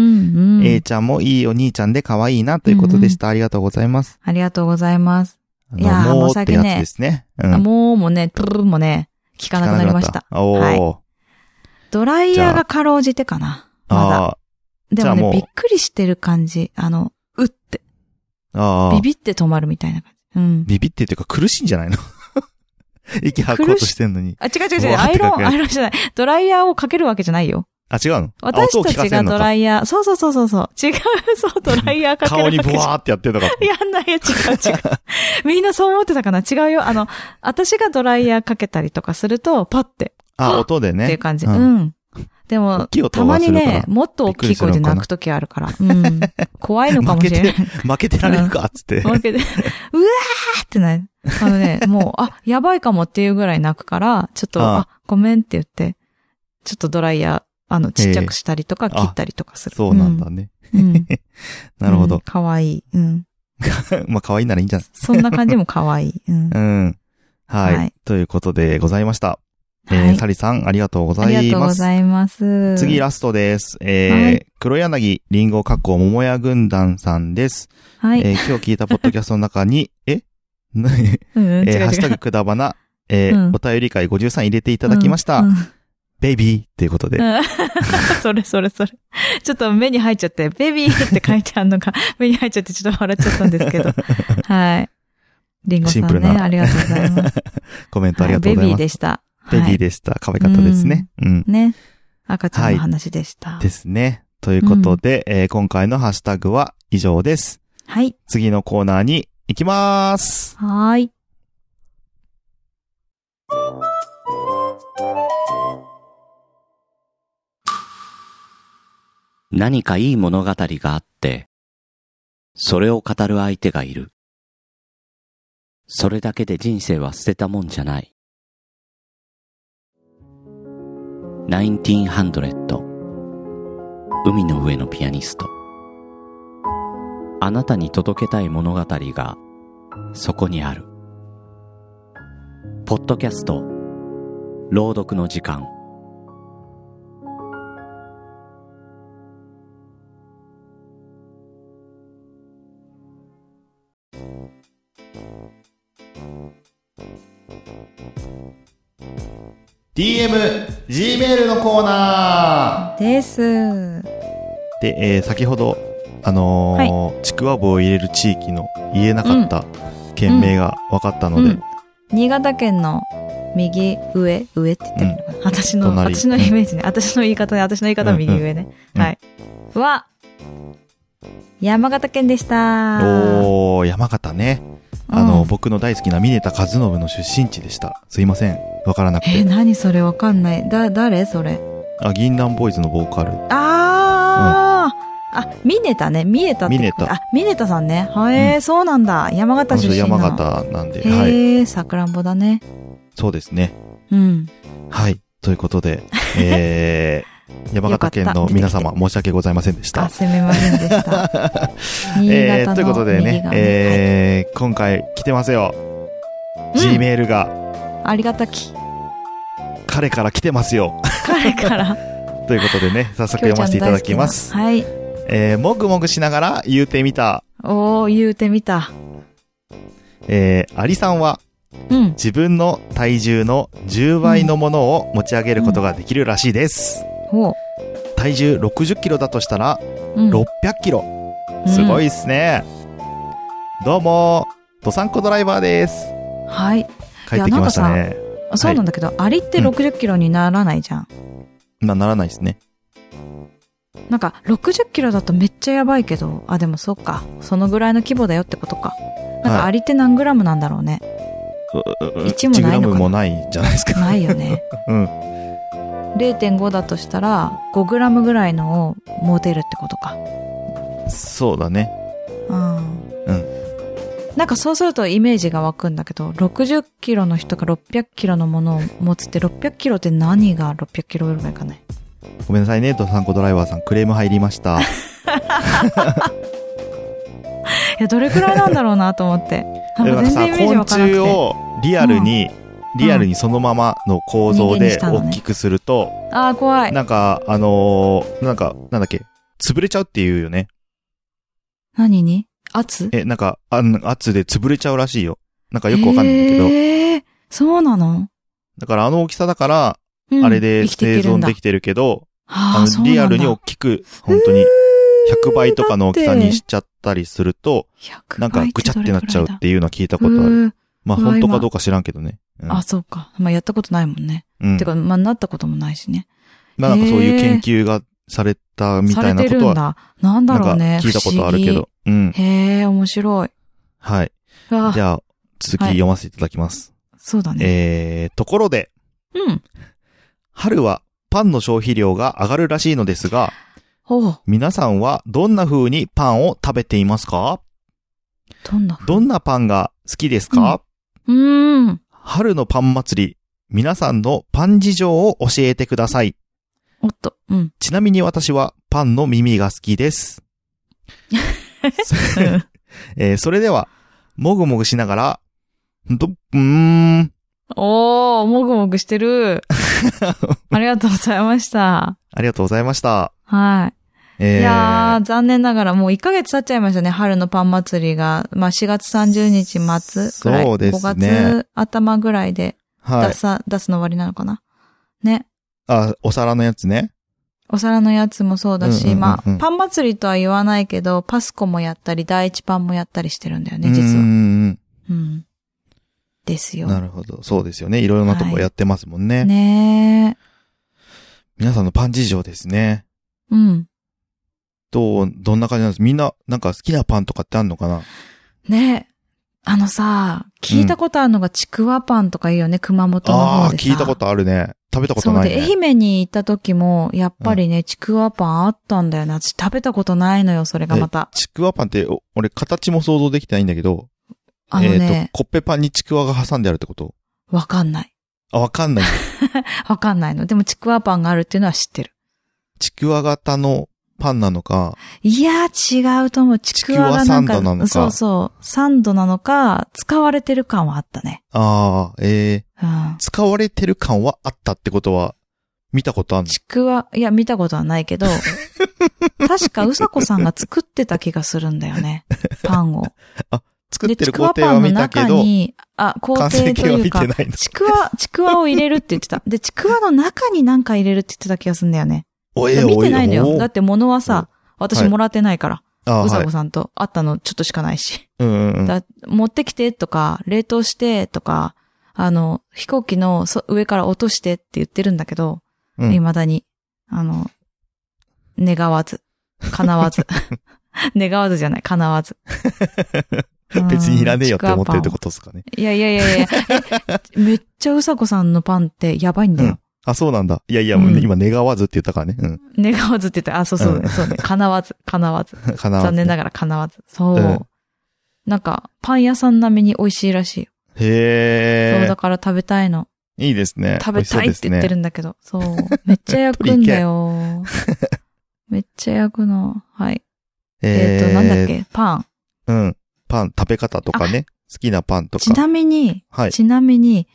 Speaker 2: うん。
Speaker 3: A ちゃんもいいお兄ちゃんで可愛いなということでした。ありがとうございます。
Speaker 2: ありがとうございます。
Speaker 3: あ
Speaker 2: いやー
Speaker 3: のもう
Speaker 2: もう
Speaker 3: って
Speaker 2: 先
Speaker 3: や
Speaker 2: ね
Speaker 3: つですね。うん
Speaker 2: あもうもね、プルルもね、聞かなくなりました。
Speaker 3: 聞かなくなったおー。
Speaker 2: ドライヤーがかろうじてかな。まだ。
Speaker 3: あ
Speaker 2: で
Speaker 3: じゃあ
Speaker 2: も
Speaker 3: もう
Speaker 2: ね、びっくりしてる感じ。あの、うって。
Speaker 3: ーあー。
Speaker 2: ビビって止まるみたいな感じ。うん。
Speaker 3: ビビってっていうか苦しいんじゃないの 息吐こうとしてんのに。
Speaker 2: あ、違う違う違う。
Speaker 3: わーっ
Speaker 2: ア
Speaker 3: て
Speaker 2: イ
Speaker 3: か
Speaker 2: ロ
Speaker 3: け
Speaker 2: ン、アイロンじゃない。ドライヤーをかけるわけじゃないよ。
Speaker 3: あ、違うの
Speaker 2: 私たちがドラ
Speaker 3: イ
Speaker 2: イヤー、そうそうそうそうそう。違う、そう、ドライヤーかける
Speaker 3: 顔に
Speaker 2: わけ
Speaker 3: ブ
Speaker 2: じゃ
Speaker 3: ワーってやってたから。
Speaker 2: やんないよ、違う違う。みんなそう思ってたかな違うよ。あの、私がドライヤーかけたりとかすると、パッて
Speaker 3: あ、音でね。
Speaker 2: っていう感じ。
Speaker 3: う
Speaker 2: うんん。でも
Speaker 3: 大きい、音
Speaker 2: た
Speaker 3: が
Speaker 2: ますに
Speaker 3: るから
Speaker 2: ね、もっと大きい声で泣くときあるから。うん。怖いのか
Speaker 3: 負
Speaker 2: も
Speaker 3: け
Speaker 2: しれな
Speaker 3: て
Speaker 2: い。、
Speaker 3: 負けてられるかっつって。
Speaker 2: 負けて、うわーってなる。あのね、もう、あ、やばいかもっていうぐらい泣くから、ちょっと、
Speaker 3: ああ
Speaker 2: あごめんって言って、ちょっとドライヤー、あの、ちっちゃくしたりとか、
Speaker 3: ええ
Speaker 2: 切ったりとかする。
Speaker 3: そうなんだね。
Speaker 2: うん。うん。
Speaker 3: なるほ
Speaker 2: うん
Speaker 3: ど。
Speaker 2: かわいい。うん。
Speaker 3: まあ、可愛いならいいんじゃない
Speaker 2: そんな感じもかわい い。うん。
Speaker 3: うん。はい。
Speaker 2: はい
Speaker 3: ということでございました。
Speaker 2: は
Speaker 3: えー、
Speaker 2: い
Speaker 3: サリさん、ありがとうござ
Speaker 2: あ
Speaker 3: います。
Speaker 2: りがとうございます。
Speaker 3: 次、ラストです。えー
Speaker 2: はい
Speaker 3: 黒柳りんごかっこ桃屋軍団さんです。
Speaker 2: はい。
Speaker 3: えー今日聞いたポッドキャストの中 に、え なえ
Speaker 2: うん、違う
Speaker 3: ー
Speaker 2: 違う。
Speaker 3: ハッシュタグくだばな、えー
Speaker 2: うん
Speaker 3: お便り会53入れていただきました。
Speaker 2: うん うん
Speaker 3: ベイビーっていうことで。
Speaker 2: うんそれそれそれ。ちょっと目に入っちゃって、ベビーって書いてあるのが、 目に入っちゃってちょっと笑っちゃったんですけ ど。はい。リンゴさ
Speaker 3: シンプル
Speaker 2: んね、
Speaker 3: な
Speaker 2: ありがとうござい ます。
Speaker 3: コメントあり
Speaker 2: は
Speaker 3: が
Speaker 2: い
Speaker 3: とう
Speaker 2: ベ
Speaker 3: ござい
Speaker 2: ビー
Speaker 3: ます。
Speaker 2: でした。
Speaker 3: ベビー
Speaker 2: で。
Speaker 3: でした。可愛かったですね。うん。
Speaker 2: ね。赤ちゃんの話でした。はい。
Speaker 3: ですね。ということで、えー今回のハッシュタグは以上です。
Speaker 2: はい。
Speaker 3: 次のコーナーに行きまーす。
Speaker 2: はーい。
Speaker 1: 何かいい物語があって、それを語る相手がいる。それだけで人生は捨てたもんじゃない。1900海の上のピアニスト。あなたに届けたい物語がそこにある。ポッドキャスト朗読の時間。
Speaker 3: DM、Gmail のコーナ
Speaker 2: です。
Speaker 3: ーで、えー先ほど、あのーちくわぶを入れる地域の言えなかった県名が分かったの
Speaker 2: う
Speaker 3: で、
Speaker 2: ん。新潟県の右上、上って言ってるのかな、私の、
Speaker 3: 隣
Speaker 2: 私のイメージね。私の言い方ね。私の言い方は右上ね。
Speaker 3: うん
Speaker 2: はい。は、山形県でした。
Speaker 3: おー、山形ね。あの、
Speaker 2: うん
Speaker 3: 僕の大好きな峰田和信の出身地でした。すいません。わからなく
Speaker 2: え、
Speaker 3: て。
Speaker 2: 何それわかんない。だ、誰それ。
Speaker 3: あ、銀杏ボーイズのボーカル。
Speaker 2: あー、あ、ミネタね。ミネタって。
Speaker 3: ミネタ
Speaker 2: あ、ミネタさんね。はえーそうなんだ。山
Speaker 3: あ
Speaker 2: 形
Speaker 3: の
Speaker 2: 出
Speaker 3: 人
Speaker 2: 身なの
Speaker 3: 山。形なんで、はい。
Speaker 2: へえ、さくらんぼだね。
Speaker 3: そうですね。
Speaker 2: うん。
Speaker 3: はい。ということで、え ー、山形県の皆
Speaker 2: よか
Speaker 3: 様、申し訳ございませんでした
Speaker 2: あ、。すみません でした。新
Speaker 3: え
Speaker 2: 潟
Speaker 3: ー、
Speaker 2: の
Speaker 3: ということで
Speaker 2: 右
Speaker 3: ね、
Speaker 2: 側はい
Speaker 3: えー、今回来てますよ。
Speaker 2: うん
Speaker 3: Gmail が
Speaker 2: ありがたき。
Speaker 3: 彼から来てますよ。
Speaker 2: 彼から。
Speaker 3: ということでね、早速読ませていただきます。
Speaker 2: はい。
Speaker 3: えー、もぐもぐしながら言うてみた。
Speaker 2: おー、言うてみた。
Speaker 3: えー、アリさんは
Speaker 2: うん。
Speaker 3: 自分の体重の10倍のものを持ち上げることができるらしいです。
Speaker 2: ほ
Speaker 3: 体重60キロだとしたら
Speaker 2: う。うん
Speaker 3: 600キロ。すごい。っすね。どうも、ドサンコドライバーです。
Speaker 2: うんはい。
Speaker 3: 帰ってきましたね。
Speaker 2: そうなんだけど、アリって60キロにならないじゃん。
Speaker 3: な、ならないですね。
Speaker 2: なんか、60キロだとめっちゃやばいけど、あ、でもそっか。そのぐらいの規模だよってことか。なん
Speaker 3: はい
Speaker 2: か、アリって何グラムなんだろうね。一も
Speaker 3: 1
Speaker 2: な
Speaker 3: グラ
Speaker 2: いのか
Speaker 3: ム
Speaker 2: な
Speaker 3: もないじゃないです か。
Speaker 2: ない よね。
Speaker 3: うん。
Speaker 2: 0.5だとしたら、5グラムぐらいのを持てるってことか。
Speaker 3: そうだね。
Speaker 2: うん。
Speaker 3: うん
Speaker 2: なんかそうするとイメージが湧くんだけど、60キロの人が600キロのものを持つって、600キロって何が600キロよりもいかない
Speaker 3: ごめんなさいね、ドサンコドライバーさん。クレーム入りました。
Speaker 2: いや、どれくらいなんだろうなと思 って。なん
Speaker 3: でもな
Speaker 2: か
Speaker 3: ん
Speaker 2: 全然イメージ
Speaker 3: 昆
Speaker 2: わからなく
Speaker 3: 虫
Speaker 2: て。
Speaker 3: をリアルに、
Speaker 2: うん
Speaker 3: リアルにそのままの構造
Speaker 2: 人間に
Speaker 3: で
Speaker 2: したのね
Speaker 3: 大きくすると、
Speaker 2: ああ、怖い。
Speaker 3: なんか、あのーなんか、なんだっけ、潰れちゃうっていうよね。
Speaker 2: 何に圧
Speaker 3: え、なんか、あん圧で潰れちゃうらしいよ。なんかよくわかんないんだけど。
Speaker 2: えー、そうなの、
Speaker 3: だからあの大きさだから、
Speaker 2: うん
Speaker 3: あれで
Speaker 2: 生きて
Speaker 3: 生
Speaker 2: いけるん
Speaker 3: 存
Speaker 2: だ
Speaker 3: できてるけど、
Speaker 2: あ
Speaker 3: あ
Speaker 2: あそ
Speaker 3: の
Speaker 2: うなん
Speaker 3: リ
Speaker 2: だ
Speaker 3: アルに大きく、本当に100倍とかの大きさにしちゃったりすると、
Speaker 2: 100
Speaker 3: なんかぐちゃってなっちゃうっていうのは聞いた
Speaker 2: た
Speaker 3: ことある。
Speaker 2: る。
Speaker 3: まあ
Speaker 2: うわ
Speaker 3: 本当かどうか知らんけどね。うん
Speaker 2: あ、そうか。まあ、やったことないもんね。
Speaker 3: うん
Speaker 2: てか、まあ、なったこともないしね。
Speaker 3: まあなんかそういう研究がされたみ
Speaker 2: さ
Speaker 3: た
Speaker 2: れ
Speaker 3: いな
Speaker 2: て
Speaker 3: こ
Speaker 2: る
Speaker 3: と
Speaker 2: ん
Speaker 3: は、
Speaker 2: だ。なんだ
Speaker 3: なん
Speaker 2: ろ
Speaker 3: か
Speaker 2: うね。
Speaker 3: 聞いたことあるけ
Speaker 2: 不思
Speaker 3: ど。うん。
Speaker 2: 議。へえ、面白い。
Speaker 3: はい。
Speaker 2: うわ
Speaker 3: じゃあ、続き
Speaker 2: はい
Speaker 3: 読ませていただきます。
Speaker 2: そうだね。
Speaker 3: えー、ところで、
Speaker 2: うん。
Speaker 3: 春はパンの消費量が上がるらしいのですが、
Speaker 2: おう
Speaker 3: 皆さんはどんな風にパンを食べていますか
Speaker 2: どんな。
Speaker 3: どんなパンが好きですか、
Speaker 2: うーん。
Speaker 3: 春のパン祭り、皆さんのパン事情を教えてください。
Speaker 2: おっと。うん。
Speaker 3: ちなみに私はパンの耳が好きです。 えーそれでは、もぐもぐしながら、ど、うーん、
Speaker 2: おー、もぐもぐし てる。ありがとうございました。
Speaker 3: ありがとうございました。
Speaker 2: はい。
Speaker 3: えー
Speaker 2: いやー、残念ながらもう1ヶ月経っちゃいましたね。春のパン祭りが。まあ4月30日末ぐらい。
Speaker 3: そうですね
Speaker 2: 5月頭ぐらいで
Speaker 3: は
Speaker 2: 出
Speaker 3: い。
Speaker 2: さ、出すの終わりなのかな。ね。
Speaker 3: あ、お皿のやつね。
Speaker 2: お皿のやつもそうだ
Speaker 3: うんうん
Speaker 2: し、
Speaker 3: うんうん
Speaker 2: まあ、パン祭りとは言わないけど、パスコもやったり、第一パンもやったりしてるんだよね、実
Speaker 3: うー
Speaker 2: は。
Speaker 3: ん
Speaker 2: うん。ですよ。
Speaker 3: なるほど。そうですよね。いろいろなとこやってますもんね。
Speaker 2: ね
Speaker 3: 皆さんのパン事情ですね。
Speaker 2: え。うん。
Speaker 3: どう、どんな感じなんですみんな、なんか好きなパンとかってあんのかな
Speaker 2: ねえ。あのさ、聞いたことあるのがちくわパンとか言うよね、熊本の
Speaker 3: あ
Speaker 2: 方
Speaker 3: あー、
Speaker 2: でさ。
Speaker 3: 聞いたことあるね。食べたことないね。
Speaker 2: そうで、愛媛に行った時も、やっぱりね、ちくわパンあったんだよな。私食べたことないのよ、それがまた。
Speaker 3: ちくわパンって、お俺、形も想像できてないんだけど、
Speaker 2: あの
Speaker 3: えっ、
Speaker 2: ね、
Speaker 3: と、コッペパンにちくわが挟んであるってこと
Speaker 2: わ、かんない。
Speaker 3: あ、わかん ない。
Speaker 2: わかんないの。でもちくわパンがあるっていうのは知ってる。
Speaker 3: ちくわ型のパンなのか、
Speaker 2: いやー、違うと思う。ちくわがなんか、
Speaker 3: ちくわサンドなのか
Speaker 2: そうそう。サンドなのか、使われてる感はあったね。
Speaker 3: ああ、えー、
Speaker 2: うん。
Speaker 3: 使われてる感はあったってことは、見たことあるの
Speaker 2: ちくわ、いや、見たことはな いけど、確かうさこさんが作ってた気がするんだよね。パンを。
Speaker 3: 作っ
Speaker 2: で、
Speaker 3: て
Speaker 2: ち
Speaker 3: る
Speaker 2: く
Speaker 3: 工
Speaker 2: わ
Speaker 3: 程
Speaker 2: パ
Speaker 3: は
Speaker 2: ンの
Speaker 3: 見たけ
Speaker 2: 中
Speaker 3: ど、
Speaker 2: に、あ、工
Speaker 3: 完
Speaker 2: 程と
Speaker 3: 成形は
Speaker 2: いう
Speaker 3: 見
Speaker 2: か
Speaker 3: て、ないの。
Speaker 2: ちくわ、ちくわを入れるって言ってた。で、ちくわの中に何か入れるって言ってた気がするんだよね。
Speaker 3: おえ
Speaker 2: 見てないのよ。だって物は
Speaker 3: うん
Speaker 2: さ、私
Speaker 3: はい
Speaker 2: もらってないから、
Speaker 3: あー
Speaker 2: う
Speaker 3: は
Speaker 2: さ
Speaker 3: い
Speaker 2: こ。さんと会ったのちょっとしかないし。
Speaker 3: うんうんうん。
Speaker 2: だ持ってきてとか、冷凍してとか、あの、飛行機のそ上から落としてって言ってるんだけど、
Speaker 3: うん。
Speaker 2: 未だに、あの、願わず、叶わず。願わずじゃない、叶わず
Speaker 3: 別にいらねえよって思ってるって
Speaker 2: と
Speaker 3: ことですかね。
Speaker 2: いやいやいやいや、えめっちゃうさこさんのパンってやばいんだよ。
Speaker 3: あ、そうなんだ。いやいや、
Speaker 2: うん
Speaker 3: もう今、願わずって言ったからね。うん。
Speaker 2: 願わずって言ったら、あ、そうそう、
Speaker 3: うん
Speaker 2: そうね。叶わず、叶 わず。
Speaker 3: 叶わず
Speaker 2: 残念ながら叶わず。そう。
Speaker 3: うん
Speaker 2: なんか、パン屋さん並みに美味しいらしいよ。そう、
Speaker 3: へ
Speaker 2: だから食べたいの。
Speaker 3: え。いいですね。
Speaker 2: 食べたいって言って
Speaker 3: る。
Speaker 2: るんだけど。そう,、めっちゃ焼くん だよ。めっちゃ焼くの。はい。えっ、と、なんだっけパン。
Speaker 3: うん。パン、食べ方とかね。好きなパンと
Speaker 2: ち
Speaker 3: か。
Speaker 2: なみに、
Speaker 3: はい。
Speaker 2: ちなみに、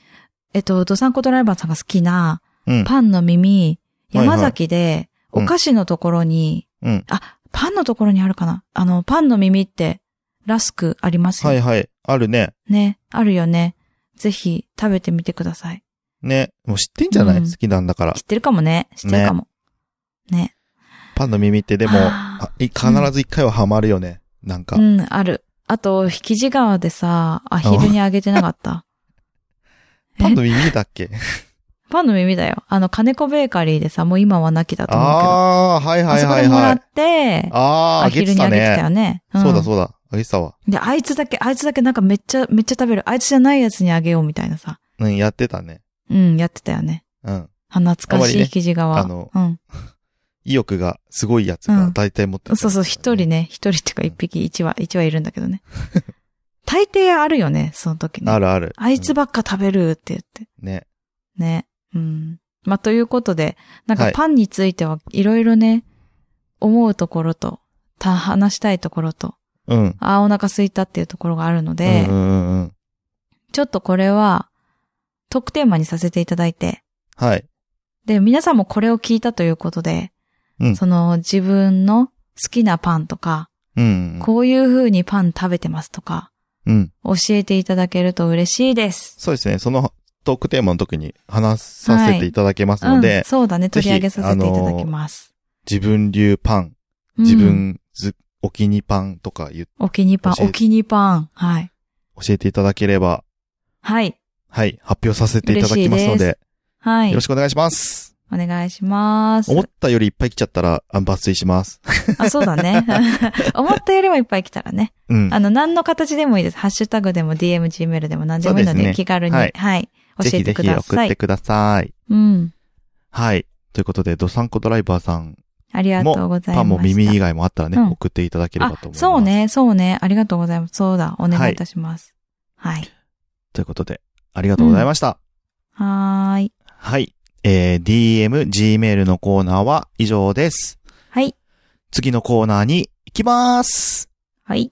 Speaker 2: えっと、ドサンコドライバーさんが好きな、
Speaker 3: うん
Speaker 2: パンの耳、
Speaker 3: はいはい
Speaker 2: 山崎で、
Speaker 3: うん
Speaker 2: お菓子のところに、
Speaker 3: うん
Speaker 2: あ、パンのところにあるかなあの、パンの耳って、ラスクありますよ、
Speaker 3: はいはい。あるね。
Speaker 2: ね。あるよね。ぜひ、食べてみてください。
Speaker 3: ね。もう知ってんじゃない
Speaker 2: うん
Speaker 3: 好きなんだから
Speaker 2: 知っ。てるかもね。知ってるかも。ね。
Speaker 3: パンの耳ってでも、
Speaker 2: あ
Speaker 3: あい必ず一回はハマるよね。なんか
Speaker 2: う。ん、ある。あと、引地川でさ、アヒルにあげてな かった。
Speaker 3: パンの耳だっけ
Speaker 2: パンの耳だよ。あの、金子ベーカリーでさ、もう今はなきだと思うけど。
Speaker 3: ああー、はい
Speaker 2: あ
Speaker 3: はい
Speaker 2: そこ
Speaker 3: は
Speaker 2: で
Speaker 3: い
Speaker 2: も
Speaker 3: は
Speaker 2: ら
Speaker 3: い
Speaker 2: っ。て、
Speaker 3: ああー、あ
Speaker 2: ア
Speaker 3: げ
Speaker 2: ヒル
Speaker 3: て
Speaker 2: に
Speaker 3: た
Speaker 2: あげてた
Speaker 3: ね
Speaker 2: よ。ね。ん
Speaker 3: そうだそうだ。あげてたわ。
Speaker 2: で、あいつだけ、あいつだけなんかめっちゃ、めっちゃ食べる。あいつじゃないやつにあげようみたいなさ。
Speaker 3: うん、やってたね。
Speaker 2: うん、やってたよね。
Speaker 3: うん。
Speaker 2: あ懐
Speaker 3: あん
Speaker 2: か
Speaker 3: まり
Speaker 2: し
Speaker 3: ね
Speaker 2: い生地川。
Speaker 3: あの
Speaker 2: うん。
Speaker 3: 意欲がすごいやつが
Speaker 2: うん
Speaker 3: 大体持ってた
Speaker 2: そうそう、一人。ね、一人っていうか一匹、一羽、一羽いるんだけ どね。大抵あるよね、その時ね。
Speaker 3: あるある。
Speaker 2: あいつばっか食べるって言って。
Speaker 3: うんね。
Speaker 2: ね。うん。まあ、ということで、なん
Speaker 3: は
Speaker 2: か
Speaker 3: い
Speaker 2: パンについてはいろいろね、思うところと、た、話したいところと、
Speaker 3: うん。
Speaker 2: ああ、お腹空いたっていうところがあるの
Speaker 3: うん
Speaker 2: で、
Speaker 3: うんうんうん。
Speaker 2: ちょっとこれは、トークテーマにさせていただいて、
Speaker 3: はい。
Speaker 2: で、皆さんもこれを聞いたということで、
Speaker 3: うん
Speaker 2: その自分の好きなパンとか、
Speaker 3: うん。
Speaker 2: こういう風にパン食べてますとか、
Speaker 3: うん。
Speaker 2: 教えていただけると嬉しいです。
Speaker 3: そうですね。そのトークテーマの時に話させていただけます
Speaker 2: う
Speaker 3: の
Speaker 2: ん
Speaker 3: で、、
Speaker 2: そうだね、
Speaker 3: ぜ
Speaker 2: 取
Speaker 3: ひ
Speaker 2: り上げさせていただきます。
Speaker 3: 自分流パン、
Speaker 2: うん
Speaker 3: 自分ず、お気にパンとか言
Speaker 2: お気に入りパン、
Speaker 3: 教え
Speaker 2: お気に入りパン。はい。
Speaker 3: 教えていただければ、
Speaker 2: はい。
Speaker 3: はい、発表させていただきますの
Speaker 2: 嬉しい
Speaker 3: で、
Speaker 2: はい。
Speaker 3: よろしくお願いします。
Speaker 2: お願いします。
Speaker 3: 思ったよりいっぱい来ちゃったら、あ抜粋します。
Speaker 2: あ、そうだ ね。思ったよりはいっぱい来たらね。
Speaker 3: うん。
Speaker 2: あの、何の形でもいいです。ハッシュタグでも DM、Gmail でも何でもいいの
Speaker 3: そう
Speaker 2: で、
Speaker 3: ですね
Speaker 2: 気軽に、は
Speaker 3: はいい、
Speaker 2: 教
Speaker 3: ぜ
Speaker 2: え
Speaker 3: ひ
Speaker 2: て
Speaker 3: ぜ
Speaker 2: く
Speaker 3: ひ
Speaker 2: だ
Speaker 3: 送
Speaker 2: さ
Speaker 3: っ
Speaker 2: い。
Speaker 3: てください。
Speaker 2: うん。
Speaker 3: はい。ということで、ドサンコドライバーさん、
Speaker 2: ありがとうございま
Speaker 3: パ
Speaker 2: す。
Speaker 3: ンも耳以外もあったらね、
Speaker 2: うん
Speaker 3: 送っていただければと思います。
Speaker 2: そう。ね、そうね。ありがとうございます。そうだ、お願いいたします。はい。
Speaker 3: ということで、ありがとうございました。
Speaker 2: はーい。
Speaker 3: はい。えー、DM、Gmail のコーナーは以上です。
Speaker 2: はい。
Speaker 3: 次のコーナーに行きまーす。
Speaker 2: はい。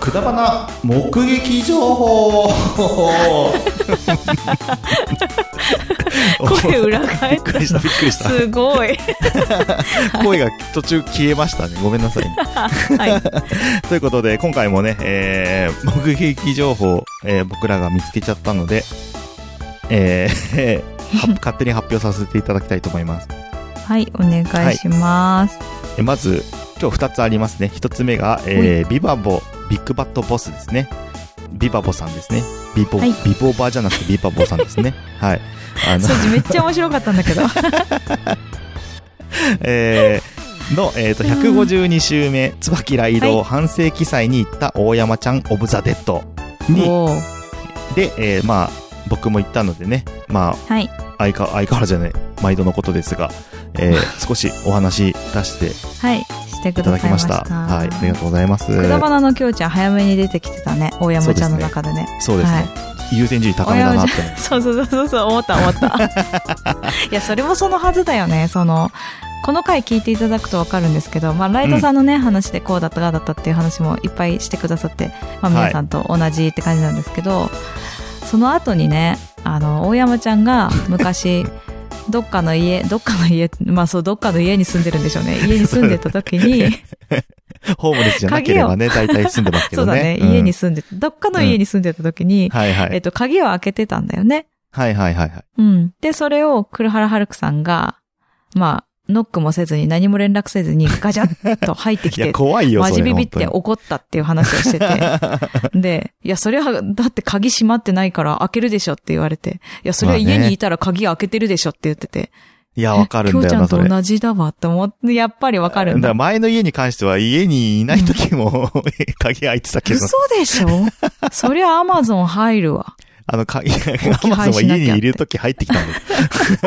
Speaker 3: くだばな目撃情 報
Speaker 2: 声裏返
Speaker 3: び
Speaker 2: っ
Speaker 3: っくりした、
Speaker 2: た。
Speaker 3: びっくりし
Speaker 2: すごい。
Speaker 3: た。声が途中消えましたね。ごめんなさい。
Speaker 2: はい。
Speaker 3: ということで、今回もね、えー、目撃情報、えー僕らが見つけちゃったので、えー は勝手に発表させていただきたいと思います。
Speaker 2: はい、お願いします。
Speaker 3: えまず、今日2つありますね。1つ目が、えー、ビバボ、ビッグバットボスですね。ビバボさんですね。ビボ、
Speaker 2: はい
Speaker 3: ビボバじゃなくてビバボさんです ね。はい。あの
Speaker 2: そ、うめっちゃ面白かったんだけど。
Speaker 3: えーの、えー、と152週目「椿ライド」半世紀祭に行った大山ちゃん・オブ・ザ・デッド に
Speaker 2: おー
Speaker 3: で、えーまあ僕も行ったのでねまあ
Speaker 2: はい。
Speaker 3: 相か相変わらずじゃない毎度のことですが、えー 少しお話出して
Speaker 2: はい。してく
Speaker 3: いた
Speaker 2: だ
Speaker 3: だき
Speaker 2: さいま
Speaker 3: ま
Speaker 2: し。
Speaker 3: したたはいありがとうございます
Speaker 2: くだばなのきょうちゃん早めに出てきてたね。大山ちゃんの中でね。
Speaker 3: そうですね、優先順位高めだなって思います
Speaker 2: そうそうそうそう、思った思った。 いや、それもそのはずだよね。その、この回聞いていただくとわかるんですけど、まあ、ライトさんのね、話でこうだった、ああだったっていう話もいっぱいしてくださって、まあ、皆さんと同じって感じなんですけど、その後にね、あの、大山ちゃんが昔、 どっかの家、どっかの家、まあそう、どっかの家に住んでるんでしょうね。家に住んでた 時に、
Speaker 3: ホームレスじゃなければね大体住んでますけ
Speaker 2: そ
Speaker 3: ど
Speaker 2: うだ
Speaker 3: ね
Speaker 2: ね、
Speaker 3: うん
Speaker 2: 家に住んで、どっかの家に住んでた時に、
Speaker 3: はいはい、
Speaker 2: えっと、鍵を開けてたんだよね。
Speaker 3: はいはいはいはい
Speaker 2: うん。で、それを、黒原ハルクさんが、まあ、ノックもせずに、何も連絡せずに、ガチャッと入って き
Speaker 3: いや
Speaker 2: て、
Speaker 3: 怖いよ
Speaker 2: マ
Speaker 3: そ
Speaker 2: ジ
Speaker 3: れ
Speaker 2: ビビって
Speaker 3: 本当に
Speaker 2: 怒ったっていう話をしてて。 で、いや、それは、だって鍵閉まってないから開けるでしょって言われて、いや、それは
Speaker 3: ま
Speaker 2: 家
Speaker 3: あね
Speaker 2: にいたら鍵開けてるでしょって言ってて、
Speaker 3: いやわかるん
Speaker 2: 今日
Speaker 3: だ
Speaker 2: ち
Speaker 3: よ
Speaker 2: ゃん
Speaker 3: なそ
Speaker 2: と
Speaker 3: れ
Speaker 2: 同じだわって思って、やっぱりわかる
Speaker 3: だ
Speaker 2: ん
Speaker 3: から
Speaker 2: だ。
Speaker 3: 前の家に関しては家にいない時も 鍵開いてたけど、
Speaker 2: 嘘で しょそりゃアマゾン入るわ。
Speaker 3: あの鍵、ア
Speaker 2: き
Speaker 3: マ
Speaker 2: 配
Speaker 3: ゾンは
Speaker 2: しなきゃ
Speaker 3: 家にいる時入ってきたんです。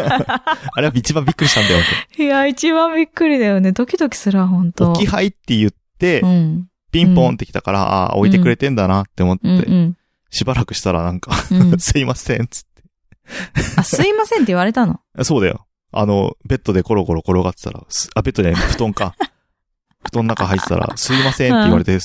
Speaker 3: あれは一番びっくりしたんだよ。
Speaker 2: いや、一番びっくりだよね。ドキドキするわ、本当
Speaker 3: 置き配って言って
Speaker 2: う、ん。
Speaker 3: ピンポンって来たから、ああ、置いてくれてんだなって思っ
Speaker 2: うん
Speaker 3: て、
Speaker 2: うん。
Speaker 3: しばらくしたらなんか、
Speaker 2: う ん
Speaker 3: すいません、つっ
Speaker 2: あ、すいませんって言われたの。
Speaker 3: て。そうだよ。あの、ベッドでコロコロ転がってたら、すあ、ベッドじゃない、布団 か。布団の中入ってたら、すいませんって言われて、
Speaker 2: うん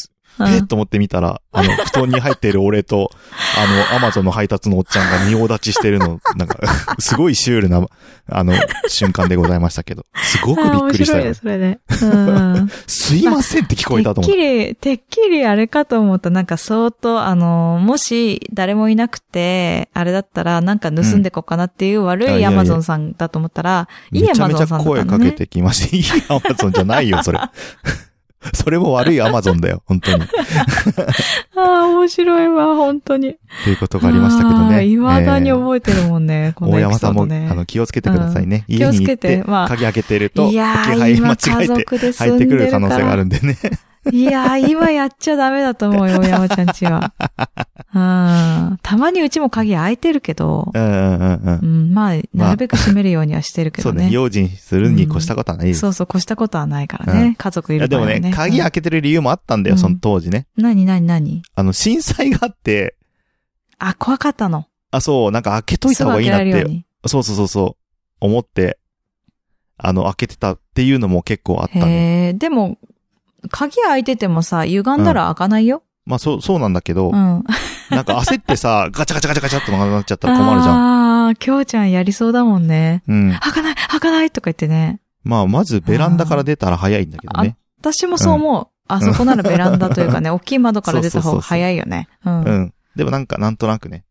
Speaker 3: えっと思ってみたら、あの、布団に入っている俺と、あの、アマゾンの配達のおっちゃんが仁王立ちしてるの、なんか、 すごいシュールな、あの、瞬間でございましたけど、すごくびっくりした
Speaker 2: あー面白いね、
Speaker 3: よ。
Speaker 2: それで。うんうん。
Speaker 3: すいませんって聞こえたと思
Speaker 2: てっ
Speaker 3: う。
Speaker 2: きり、てっきりあれかと思った。なんか相当、あの、もし誰もいなくて、あれだったらなんか盗んでこうかなっていう悪
Speaker 3: いやい
Speaker 2: い
Speaker 3: や
Speaker 2: ア
Speaker 3: いや
Speaker 2: マゾンさんだと思ったら、いい
Speaker 3: め
Speaker 2: ア
Speaker 3: ちゃ
Speaker 2: マ
Speaker 3: め
Speaker 2: ゾ
Speaker 3: ち
Speaker 2: ン
Speaker 3: ゃ
Speaker 2: さんだった
Speaker 3: 声
Speaker 2: の
Speaker 3: かけ
Speaker 2: ね。
Speaker 3: てきま した。いいアマゾンじゃないよ、それ。それも悪いアマゾンだよ、本当に。
Speaker 2: ああ、面白いわ、本当に。
Speaker 3: ということがありましたけどね。
Speaker 2: いまだに
Speaker 3: えー
Speaker 2: 覚えてるもんね、この
Speaker 3: 大
Speaker 2: エピ
Speaker 3: 山
Speaker 2: ソ
Speaker 3: さ
Speaker 2: ー
Speaker 3: んも、
Speaker 2: ド
Speaker 3: あ
Speaker 2: ね。
Speaker 3: の、気をつけてくださいね。
Speaker 2: ん
Speaker 3: 家に行っ
Speaker 2: 気をつけて
Speaker 3: て、
Speaker 2: まあ
Speaker 3: 鍵開けてると、
Speaker 2: い
Speaker 3: 置き
Speaker 2: やー
Speaker 3: 配間
Speaker 2: 今
Speaker 3: 違
Speaker 2: 家
Speaker 3: えて
Speaker 2: 族で
Speaker 3: 入
Speaker 2: 住
Speaker 3: っ
Speaker 2: ん
Speaker 3: て
Speaker 2: で
Speaker 3: くる
Speaker 2: る
Speaker 3: 可
Speaker 2: か
Speaker 3: 能性があ
Speaker 2: ら。
Speaker 3: るんでね。
Speaker 2: いやー、今やっちゃダメだと思うよ、山ちゃんちは。うん。たまにうちも鍵開いてるけど、
Speaker 3: うんうんうんうん
Speaker 2: う。ん、まあ、なるべく閉めるようにはしてるけ
Speaker 3: そ
Speaker 2: ど
Speaker 3: う
Speaker 2: ね。
Speaker 3: ね、用心するに越したことはないです。
Speaker 2: そうそう、越したことはないからね。
Speaker 3: うん
Speaker 2: 家族い
Speaker 3: いや
Speaker 2: る
Speaker 3: で
Speaker 2: か
Speaker 3: も
Speaker 2: らね。
Speaker 3: ね、鍵開けてる理由もあったんだよ、
Speaker 2: うん
Speaker 3: その当時ね。
Speaker 2: うん何何何
Speaker 3: あの、震災があって、
Speaker 2: あ、怖かったの。
Speaker 3: あ、そう、なんか開けといた方がいいなっ
Speaker 2: すぐ開けられるよ
Speaker 3: て、
Speaker 2: うに。
Speaker 3: そうそうそうそう、思って、あの、開けてたっていうのも結構あったね。
Speaker 2: へえ、でも、鍵開いててもさ、歪んだら開かないよ。
Speaker 3: まあ、そう、そうなんだけど
Speaker 2: う、ん。
Speaker 3: なんか焦ってさ、ガチャガチャガチャガチャっとなっちゃったら困るじゃん。
Speaker 2: ん。ああ、きょうちゃんやりそうだもんね。
Speaker 3: うん。
Speaker 2: 開かない、開かないとか言ってね。
Speaker 3: まあ、まずベランダから出たら早いんだけどね。
Speaker 2: 私もそう思う。あそこならベランダというかね、大きい窓から出た方が早いよね。うん。
Speaker 3: う
Speaker 2: あ
Speaker 3: ん。でもなんか、なんとなくね。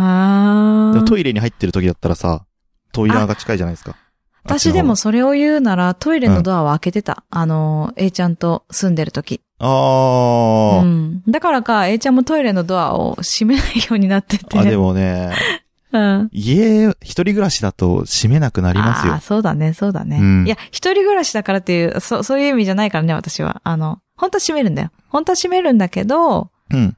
Speaker 2: あ
Speaker 3: でも
Speaker 2: ー。
Speaker 3: トイレに入ってる時だったらさ、トイラーが近いじゃないですか。
Speaker 2: 私でもそれを言うなら、トイレのドアを開けてた。あの、A ちゃんと住んでる時。
Speaker 3: あ
Speaker 2: う
Speaker 3: っ
Speaker 2: ん。だからか、A ちゃんもトイレのドアを閉めないようになって
Speaker 3: ちの方あ
Speaker 2: て。
Speaker 3: ー。あ、でもね、
Speaker 2: うん。
Speaker 3: 家、一人暮らしだと閉めなくなります
Speaker 2: あ
Speaker 3: よ
Speaker 2: あ、。そうだね、そうだね。
Speaker 3: うん
Speaker 2: いや、一人暮らしだからっていう、そ、そういう意味じゃないからね、私は。あの、本当は閉めるんだよ。本当は閉めるんだけど、
Speaker 3: うん。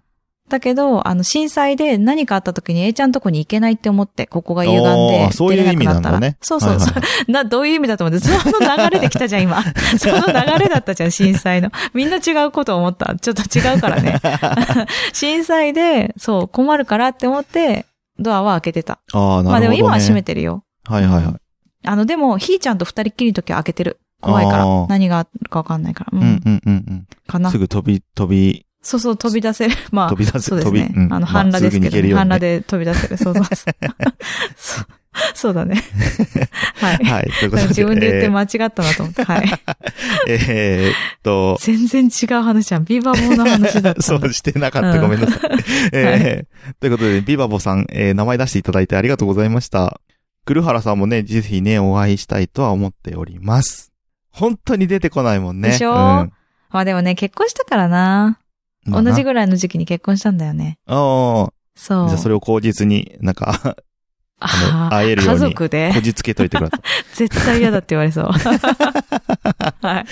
Speaker 2: だけど、あの、震災で何かあった時に A ちゃんとこに行けないって思って、ここが歪ん
Speaker 3: お
Speaker 2: で
Speaker 3: ー、そう
Speaker 2: 出
Speaker 3: い
Speaker 2: れ
Speaker 3: う
Speaker 2: な
Speaker 3: 意
Speaker 2: く
Speaker 3: 味な
Speaker 2: なんった
Speaker 3: だ
Speaker 2: ら。
Speaker 3: ね。
Speaker 2: そうそう
Speaker 3: はい
Speaker 2: そう
Speaker 3: はい。
Speaker 2: な、どういう意味だと思って、その流れで来たじゃん、 今。その流れだったじゃん、震災の。みんな違うこと思った。ちょっと違うか らね。震災で、そう、困るからって思って、ドアは開けてた。
Speaker 3: ああ、
Speaker 2: ま
Speaker 3: な
Speaker 2: あ
Speaker 3: るほ
Speaker 2: で
Speaker 3: ど、ね。
Speaker 2: も今は閉めてるよ。
Speaker 3: はいはいはい。
Speaker 2: あの、でも、ひーちゃんと二人っきりの時は開けてる。怖いか
Speaker 3: あ
Speaker 2: ら。
Speaker 3: ー
Speaker 2: 何があるかわかんないから。う。
Speaker 3: うんんうんうん
Speaker 2: か
Speaker 3: うん。
Speaker 2: な
Speaker 3: す。ぐ飛び、飛び、
Speaker 2: そうそう、飛び出せる。 まあ
Speaker 3: 飛、び出せ、
Speaker 2: そうです
Speaker 3: 飛び、
Speaker 2: ね。あの、
Speaker 3: ま
Speaker 2: 半裸ですけ
Speaker 3: ぐに行ける
Speaker 2: ど、
Speaker 3: よう
Speaker 2: 半
Speaker 3: にね
Speaker 2: 裸で飛び 出せる。そうそうそう。そうそうだね。はい。
Speaker 3: はい、というこ
Speaker 2: なん
Speaker 3: と
Speaker 2: か
Speaker 3: で。
Speaker 2: 自分で言 って間違ったなと思って。はい。
Speaker 3: えーえーっと、
Speaker 2: 全然違う話じゃん。ビーバーボーの話だったん だ。
Speaker 3: そうしてなかった。
Speaker 2: うん
Speaker 3: ごめんな さい。えーということで、ビバボさん、えー名前出していただいてありがとうございました。黒原さんもね、ぜひね、お会いしたいとは思っております。本当に出てこないもんね。
Speaker 2: でしょ
Speaker 3: うん
Speaker 2: まあでもね、結婚したからな。
Speaker 3: まあ
Speaker 2: 同
Speaker 3: な
Speaker 2: じぐらいの時期に結婚したんだよね。
Speaker 3: あ
Speaker 2: そ
Speaker 3: あ、
Speaker 2: う。
Speaker 3: じゃあそれを口実に、なんか、 あの
Speaker 2: あー
Speaker 3: 会えるよう
Speaker 2: 家
Speaker 3: に
Speaker 2: 族で
Speaker 3: こ。じつけといてくださ い。
Speaker 2: 絶対嫌だって言われそう。はい。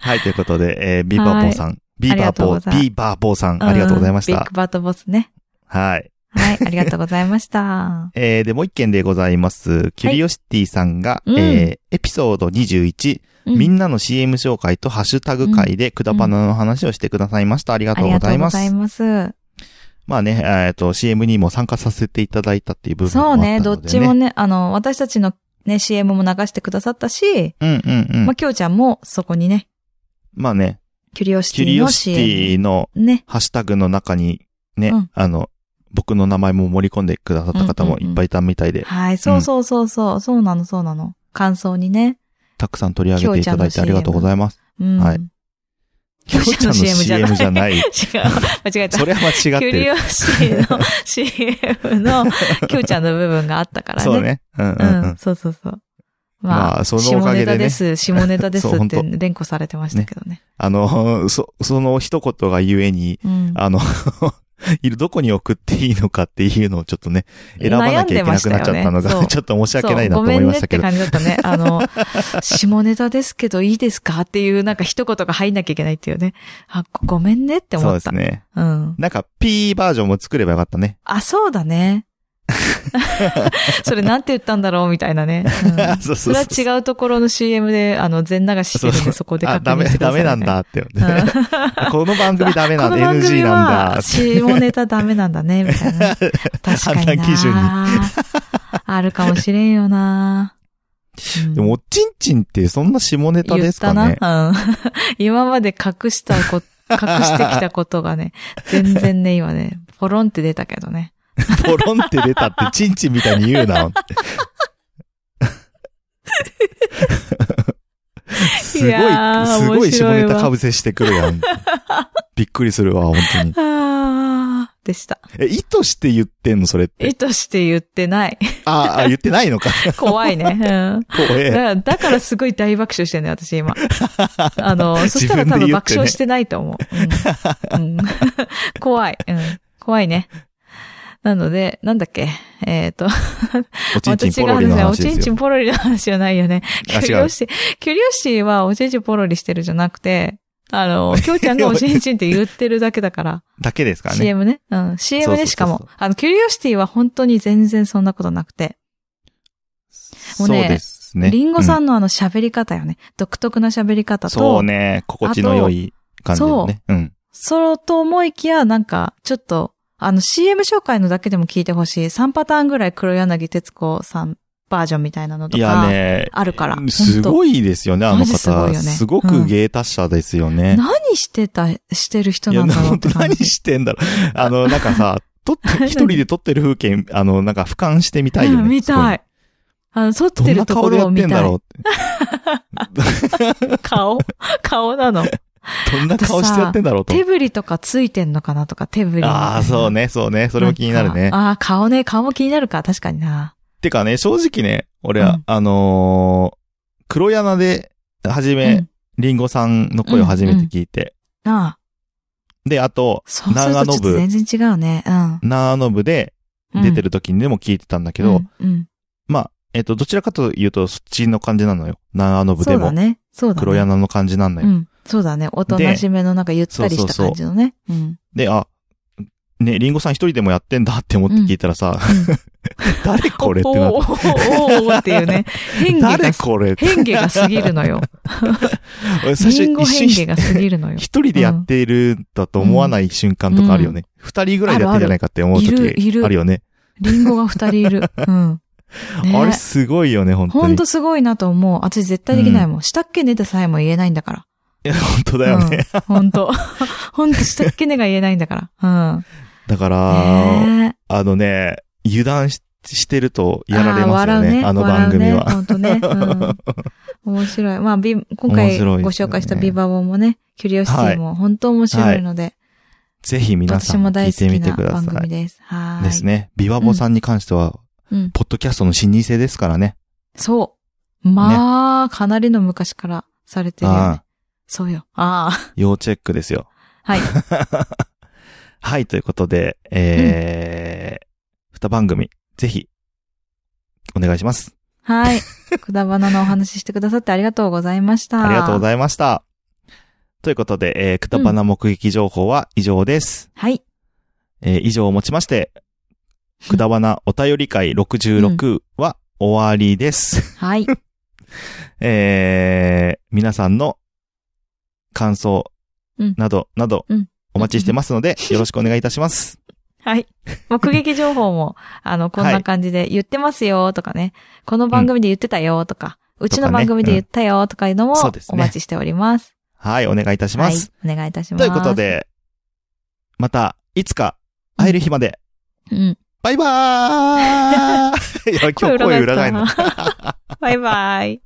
Speaker 3: はい、ということで、えービバボさん、ビ
Speaker 2: あり
Speaker 3: バ
Speaker 2: がとう
Speaker 3: ボ
Speaker 2: ございます
Speaker 3: ビバボさん、 ありがとうございまし
Speaker 2: んビッ
Speaker 3: た
Speaker 2: グ。バットボスね。
Speaker 3: はい。
Speaker 2: はい、ありがとうございました。
Speaker 3: えーで、もう一件でございます。キュリオシティさんが、
Speaker 2: うん
Speaker 3: えーエピソード21、
Speaker 2: うん
Speaker 3: みんなの CM 紹介とハッシュタグ会でくだばなの話をしてくださいました。ありが
Speaker 2: あ
Speaker 3: とう
Speaker 2: り
Speaker 3: ご
Speaker 2: がと
Speaker 3: ざいう
Speaker 2: ご
Speaker 3: ます。
Speaker 2: ざいます。
Speaker 3: まあね、えーっと、CM にも参加させていただいたっていう部分も
Speaker 2: そ
Speaker 3: あった
Speaker 2: う
Speaker 3: ので、ね。
Speaker 2: ね、どっちも。ね、あの、私たちのね、CM も流してくださったし、
Speaker 3: うんうんうん。
Speaker 2: まあ、
Speaker 3: ま、
Speaker 2: きょうちゃんもそこにね、
Speaker 3: あね、
Speaker 2: キュリオシ
Speaker 3: キ
Speaker 2: テ
Speaker 3: ュ
Speaker 2: ィ
Speaker 3: リオ
Speaker 2: の
Speaker 3: シテ
Speaker 2: CM。
Speaker 3: ィの
Speaker 2: ね。
Speaker 3: ハッシュタグの中にね、
Speaker 2: うん
Speaker 3: あの、僕の名前も盛り込んでくださった方もいっぱいいたみたいで、
Speaker 2: はい、そうそうそうそう、そうなの、そうなの。感想にね。
Speaker 3: たくさん取り上げていただいてありがとうございます。
Speaker 2: うん。
Speaker 3: はい
Speaker 2: きょうちゃんの CM じゃない。
Speaker 3: じゃない。
Speaker 2: 違う。間違えた。
Speaker 3: それは間違っ
Speaker 2: キュ
Speaker 3: て
Speaker 2: リ
Speaker 3: る。
Speaker 2: オシティの CM の、キューちゃんの部分があったからね。
Speaker 3: そう。ね。うんうん
Speaker 2: う
Speaker 3: うん。
Speaker 2: ん、そうそうそう。
Speaker 3: ま
Speaker 2: ま
Speaker 3: あ
Speaker 2: あ、
Speaker 3: そのおかげでね
Speaker 2: 下ネタです、下ネタで す
Speaker 3: そうほ
Speaker 2: っ
Speaker 3: んと
Speaker 2: て連呼されてましたけどね。
Speaker 3: あの、そ、 その一言がゆえに、
Speaker 2: うん。
Speaker 3: あの、 いる、どこに送っていいのかっていうのをちょっとね、選ばなきゃいけなくなっちゃったの
Speaker 2: 悩んでましたよ
Speaker 3: が、
Speaker 2: ね
Speaker 3: ちょっと申し
Speaker 2: そう
Speaker 3: 訳ないなと思いましたけど
Speaker 2: ご。めんねって感じだったね。あの、 下ネタですけどいいですかっていうなんか一言が入んなきゃいけないっていうね。あ、ごごめんねって思
Speaker 3: そう
Speaker 2: っ
Speaker 3: で
Speaker 2: た。
Speaker 3: すね。
Speaker 2: うん。
Speaker 3: なんか、P バージョンも作ればよかったね。
Speaker 2: あ、そうだ ね。それなんて言ったんだろうみたいなね。うん
Speaker 3: そう
Speaker 2: そ
Speaker 3: そう
Speaker 2: れ
Speaker 3: そ
Speaker 2: は
Speaker 3: う。
Speaker 2: 違うところの CM で、あの、全流ししてるん
Speaker 3: そうそう
Speaker 2: で、そこで
Speaker 3: あ、
Speaker 2: 確
Speaker 3: ダメ
Speaker 2: 認して、くだ
Speaker 3: ダ
Speaker 2: さい、ね。
Speaker 3: メなん。だって。
Speaker 2: うん
Speaker 3: この番組ダメなんだ、
Speaker 2: この番
Speaker 3: NG
Speaker 2: 組
Speaker 3: なん
Speaker 2: は
Speaker 3: だ。
Speaker 2: 下ネタダメなんだね、みたいな。確かに
Speaker 3: 判断
Speaker 2: な。
Speaker 3: 基準に
Speaker 2: あるかもしれんよな。うん
Speaker 3: でも、おちんちんってそんな下ネタ
Speaker 2: 言
Speaker 3: で
Speaker 2: っ
Speaker 3: すか
Speaker 2: た
Speaker 3: ね
Speaker 2: な。うん、 今まで隠した こ、隠してきたことがね、全然ね、今ね、ポロンって出たけどね。
Speaker 3: ポロンって出たって、チンチンみたいに言う な。すごい、
Speaker 2: いやー
Speaker 3: すごい
Speaker 2: 面
Speaker 3: 下
Speaker 2: 白い
Speaker 3: ネ
Speaker 2: わ
Speaker 3: タかぶせしてくるやん。びっくりするわ、本当に。
Speaker 2: あー、でした。
Speaker 3: え、意図して言ってんのそれって
Speaker 2: 意。図して言っ てない。
Speaker 3: ああ、言ってないの か。
Speaker 2: 怖いね。うん
Speaker 3: 怖
Speaker 2: だか
Speaker 3: え。
Speaker 2: ら、だからすごい大爆笑してるね、私今。あの、そしたら
Speaker 3: 自
Speaker 2: 多
Speaker 3: 分で
Speaker 2: 分
Speaker 3: 言っ
Speaker 2: 爆
Speaker 3: てね
Speaker 2: 笑してないと思う。うんうん怖い、うん。怖いね。なので、なんだっけ。えっ、と、
Speaker 3: おちんちんポロリ
Speaker 2: ま
Speaker 3: の
Speaker 2: た
Speaker 3: 話
Speaker 2: 違う話だよお
Speaker 3: で
Speaker 2: ちん
Speaker 3: す
Speaker 2: ち
Speaker 3: よ
Speaker 2: ん。ポロリの話じゃないよね。キ
Speaker 3: あ違う
Speaker 2: ュリオシティ、キュリオシティはおちんちんポロリしてるじゃなくて、あの、きょうちゃんがおちんちんって言ってるだけだから、
Speaker 3: だけです からね。
Speaker 2: CM ね。うん、CM でしか
Speaker 3: そうそ
Speaker 2: も
Speaker 3: う。
Speaker 2: あの、キュリオシティは本当に全然そんなことなくて。
Speaker 3: そうですね。
Speaker 2: リンゴさ
Speaker 3: うん
Speaker 2: のあの喋り方よね。独特な喋り方
Speaker 3: ん。そう
Speaker 2: と、
Speaker 3: ね。心地の良い感じのね。うん。
Speaker 2: そうと思いきや、なんか、ちょっと、あの、CM 紹介のだけでも聞いてほしい。3パターンぐらい黒柳徹子さんバージョンみたいなのと
Speaker 3: いや
Speaker 2: か、
Speaker 3: ね、
Speaker 2: あるから。
Speaker 3: す
Speaker 2: い。
Speaker 3: ごいですよね、あの
Speaker 2: マジすごいよ
Speaker 3: 方。
Speaker 2: ね
Speaker 3: すごく芸達者ですよね。
Speaker 2: 何してた、してる人
Speaker 3: いや、
Speaker 2: なんだろう
Speaker 3: 本
Speaker 2: って
Speaker 3: 当
Speaker 2: 感
Speaker 3: 何
Speaker 2: じ。
Speaker 3: してんだろう。あの、なんかさ、 撮って、
Speaker 2: 何
Speaker 3: 一人で撮ってる風景、あの、なんか俯瞰してみたいよ
Speaker 2: うん
Speaker 3: ね。
Speaker 2: 見たい。あの、撮っ
Speaker 3: すご
Speaker 2: て
Speaker 3: い。どん
Speaker 2: る
Speaker 3: な
Speaker 2: と
Speaker 3: 顔
Speaker 2: こ
Speaker 3: で
Speaker 2: ろ
Speaker 3: や
Speaker 2: を
Speaker 3: っ
Speaker 2: 見
Speaker 3: てん
Speaker 2: た
Speaker 3: だ
Speaker 2: い。
Speaker 3: ろうって。
Speaker 2: 顔 顔なの。
Speaker 3: どんな顔してやってんだろうと思
Speaker 2: 手
Speaker 3: って。
Speaker 2: 振りとかついてんのかなとか、手振り。
Speaker 3: ああ、そう。ね、そうね。それも気になるね。
Speaker 2: ああー、顔ね、顔も気になるか、確かにな。
Speaker 3: てかね、正直ね、俺は、
Speaker 2: うん
Speaker 3: あのー黒柳で、はじ
Speaker 2: う
Speaker 3: め
Speaker 2: ん、
Speaker 3: り、んごさんの声を初めて聞いて、
Speaker 2: ああ、
Speaker 3: で、あと、
Speaker 2: そうするとちょっと全然違うね。うん。
Speaker 3: 長野部で
Speaker 2: うん
Speaker 3: 出てる時にでも聞いてたんだけど、
Speaker 2: うん、うん
Speaker 3: まあ、えっ、と、どちらかというと、そっちの感じなのよ。長野部
Speaker 2: そ
Speaker 3: で
Speaker 2: うだ
Speaker 3: も。
Speaker 2: ね。そうだね。
Speaker 3: 黒柳の感じなんだ
Speaker 2: う
Speaker 3: よ。
Speaker 2: ん。そうだね。おとなしめのなんかゆったりした感じのね。うん。
Speaker 3: で、あ、ね、りんごさん一人でもやってんだって思って聞いたらさ、 誰これってなっ
Speaker 2: おーお
Speaker 3: て。
Speaker 2: ーおーおーってい うね。変化
Speaker 3: 誰
Speaker 2: が、
Speaker 3: これって。
Speaker 2: 変化が過ぎるのよ。
Speaker 3: 俺最初
Speaker 2: リンゴ
Speaker 3: 一
Speaker 2: 変
Speaker 3: 瞬
Speaker 2: 化が過ぎるのよ。
Speaker 3: 一人でやってるんだと思わない瞬間とかあるよね。二、人ぐらいでやってんじゃないかって思う時
Speaker 2: あるあるいるいる
Speaker 3: あるよね。
Speaker 2: リンゴが二人いる。 うん。ね
Speaker 3: あれすごいよね、本当
Speaker 2: ほん
Speaker 3: に。
Speaker 2: とすごいなと思う。私絶対できないもん。したっけねでさえも言えないんだから。
Speaker 3: 本当だよね。
Speaker 2: うん。ほん と。ほんとしたっけねが言えないんだから。
Speaker 3: だか
Speaker 2: うん。
Speaker 3: ら、
Speaker 2: ねえ
Speaker 3: あのね、油断ししてるとやられ
Speaker 2: あー
Speaker 3: ますよ
Speaker 2: 笑う
Speaker 3: ね、あの番組は。
Speaker 2: 笑うね、本当ね。うん面白い。まあ、ビ今
Speaker 3: 面
Speaker 2: 回
Speaker 3: 白い
Speaker 2: ご
Speaker 3: ですよね
Speaker 2: 紹介したビバボンもね、キュリオシティも本当面白いので、
Speaker 3: ぜひ皆さ
Speaker 2: 私
Speaker 3: ん
Speaker 2: も
Speaker 3: 聞
Speaker 2: 大
Speaker 3: いて
Speaker 2: 好き
Speaker 3: みて
Speaker 2: な
Speaker 3: くだ
Speaker 2: 番
Speaker 3: さ
Speaker 2: 組
Speaker 3: い。
Speaker 2: です。はーい。
Speaker 3: です。ね。ビバボさんに関しては、
Speaker 2: うん。
Speaker 3: ポッドキャストの老舗ですからね。
Speaker 2: そう。まあ、かなりの昔からされてるよ、ね
Speaker 3: あ。
Speaker 2: そうよ。ああ。
Speaker 3: 要チェックですよ。
Speaker 2: はい。
Speaker 3: はい、ということで、えー、二番組、ぜひ、お願いします。
Speaker 2: はい。くだばなのお話ししてくださってありがとうございました。
Speaker 3: ありがとうご
Speaker 2: い
Speaker 3: ざいました。ということで、えー、くだばな目撃情報は以上です。
Speaker 2: ます。はい。
Speaker 3: えー以上をもちまして、くだばなお便り会66は終わりです。
Speaker 2: はい。
Speaker 3: えー、皆さんの感想
Speaker 2: うん
Speaker 3: など、など
Speaker 2: うん、
Speaker 3: お待ちしてますので、よろしくお願いいたし ます。
Speaker 2: はい。目撃情報も、あの、こんな感じで言ってますよとかね、この番組で言ってたよとか、うちの番組で言ったよとかいうのも
Speaker 3: そうですね
Speaker 2: お待ちしております。
Speaker 3: はい、お願いいたしま
Speaker 2: は
Speaker 3: す
Speaker 2: い。。お願いいたしま
Speaker 3: と
Speaker 2: す。
Speaker 3: いうこと。で、また、いつか会える日まで、
Speaker 2: うん。
Speaker 3: バイバーイいや、今日声裏返んの。
Speaker 2: バイバイ。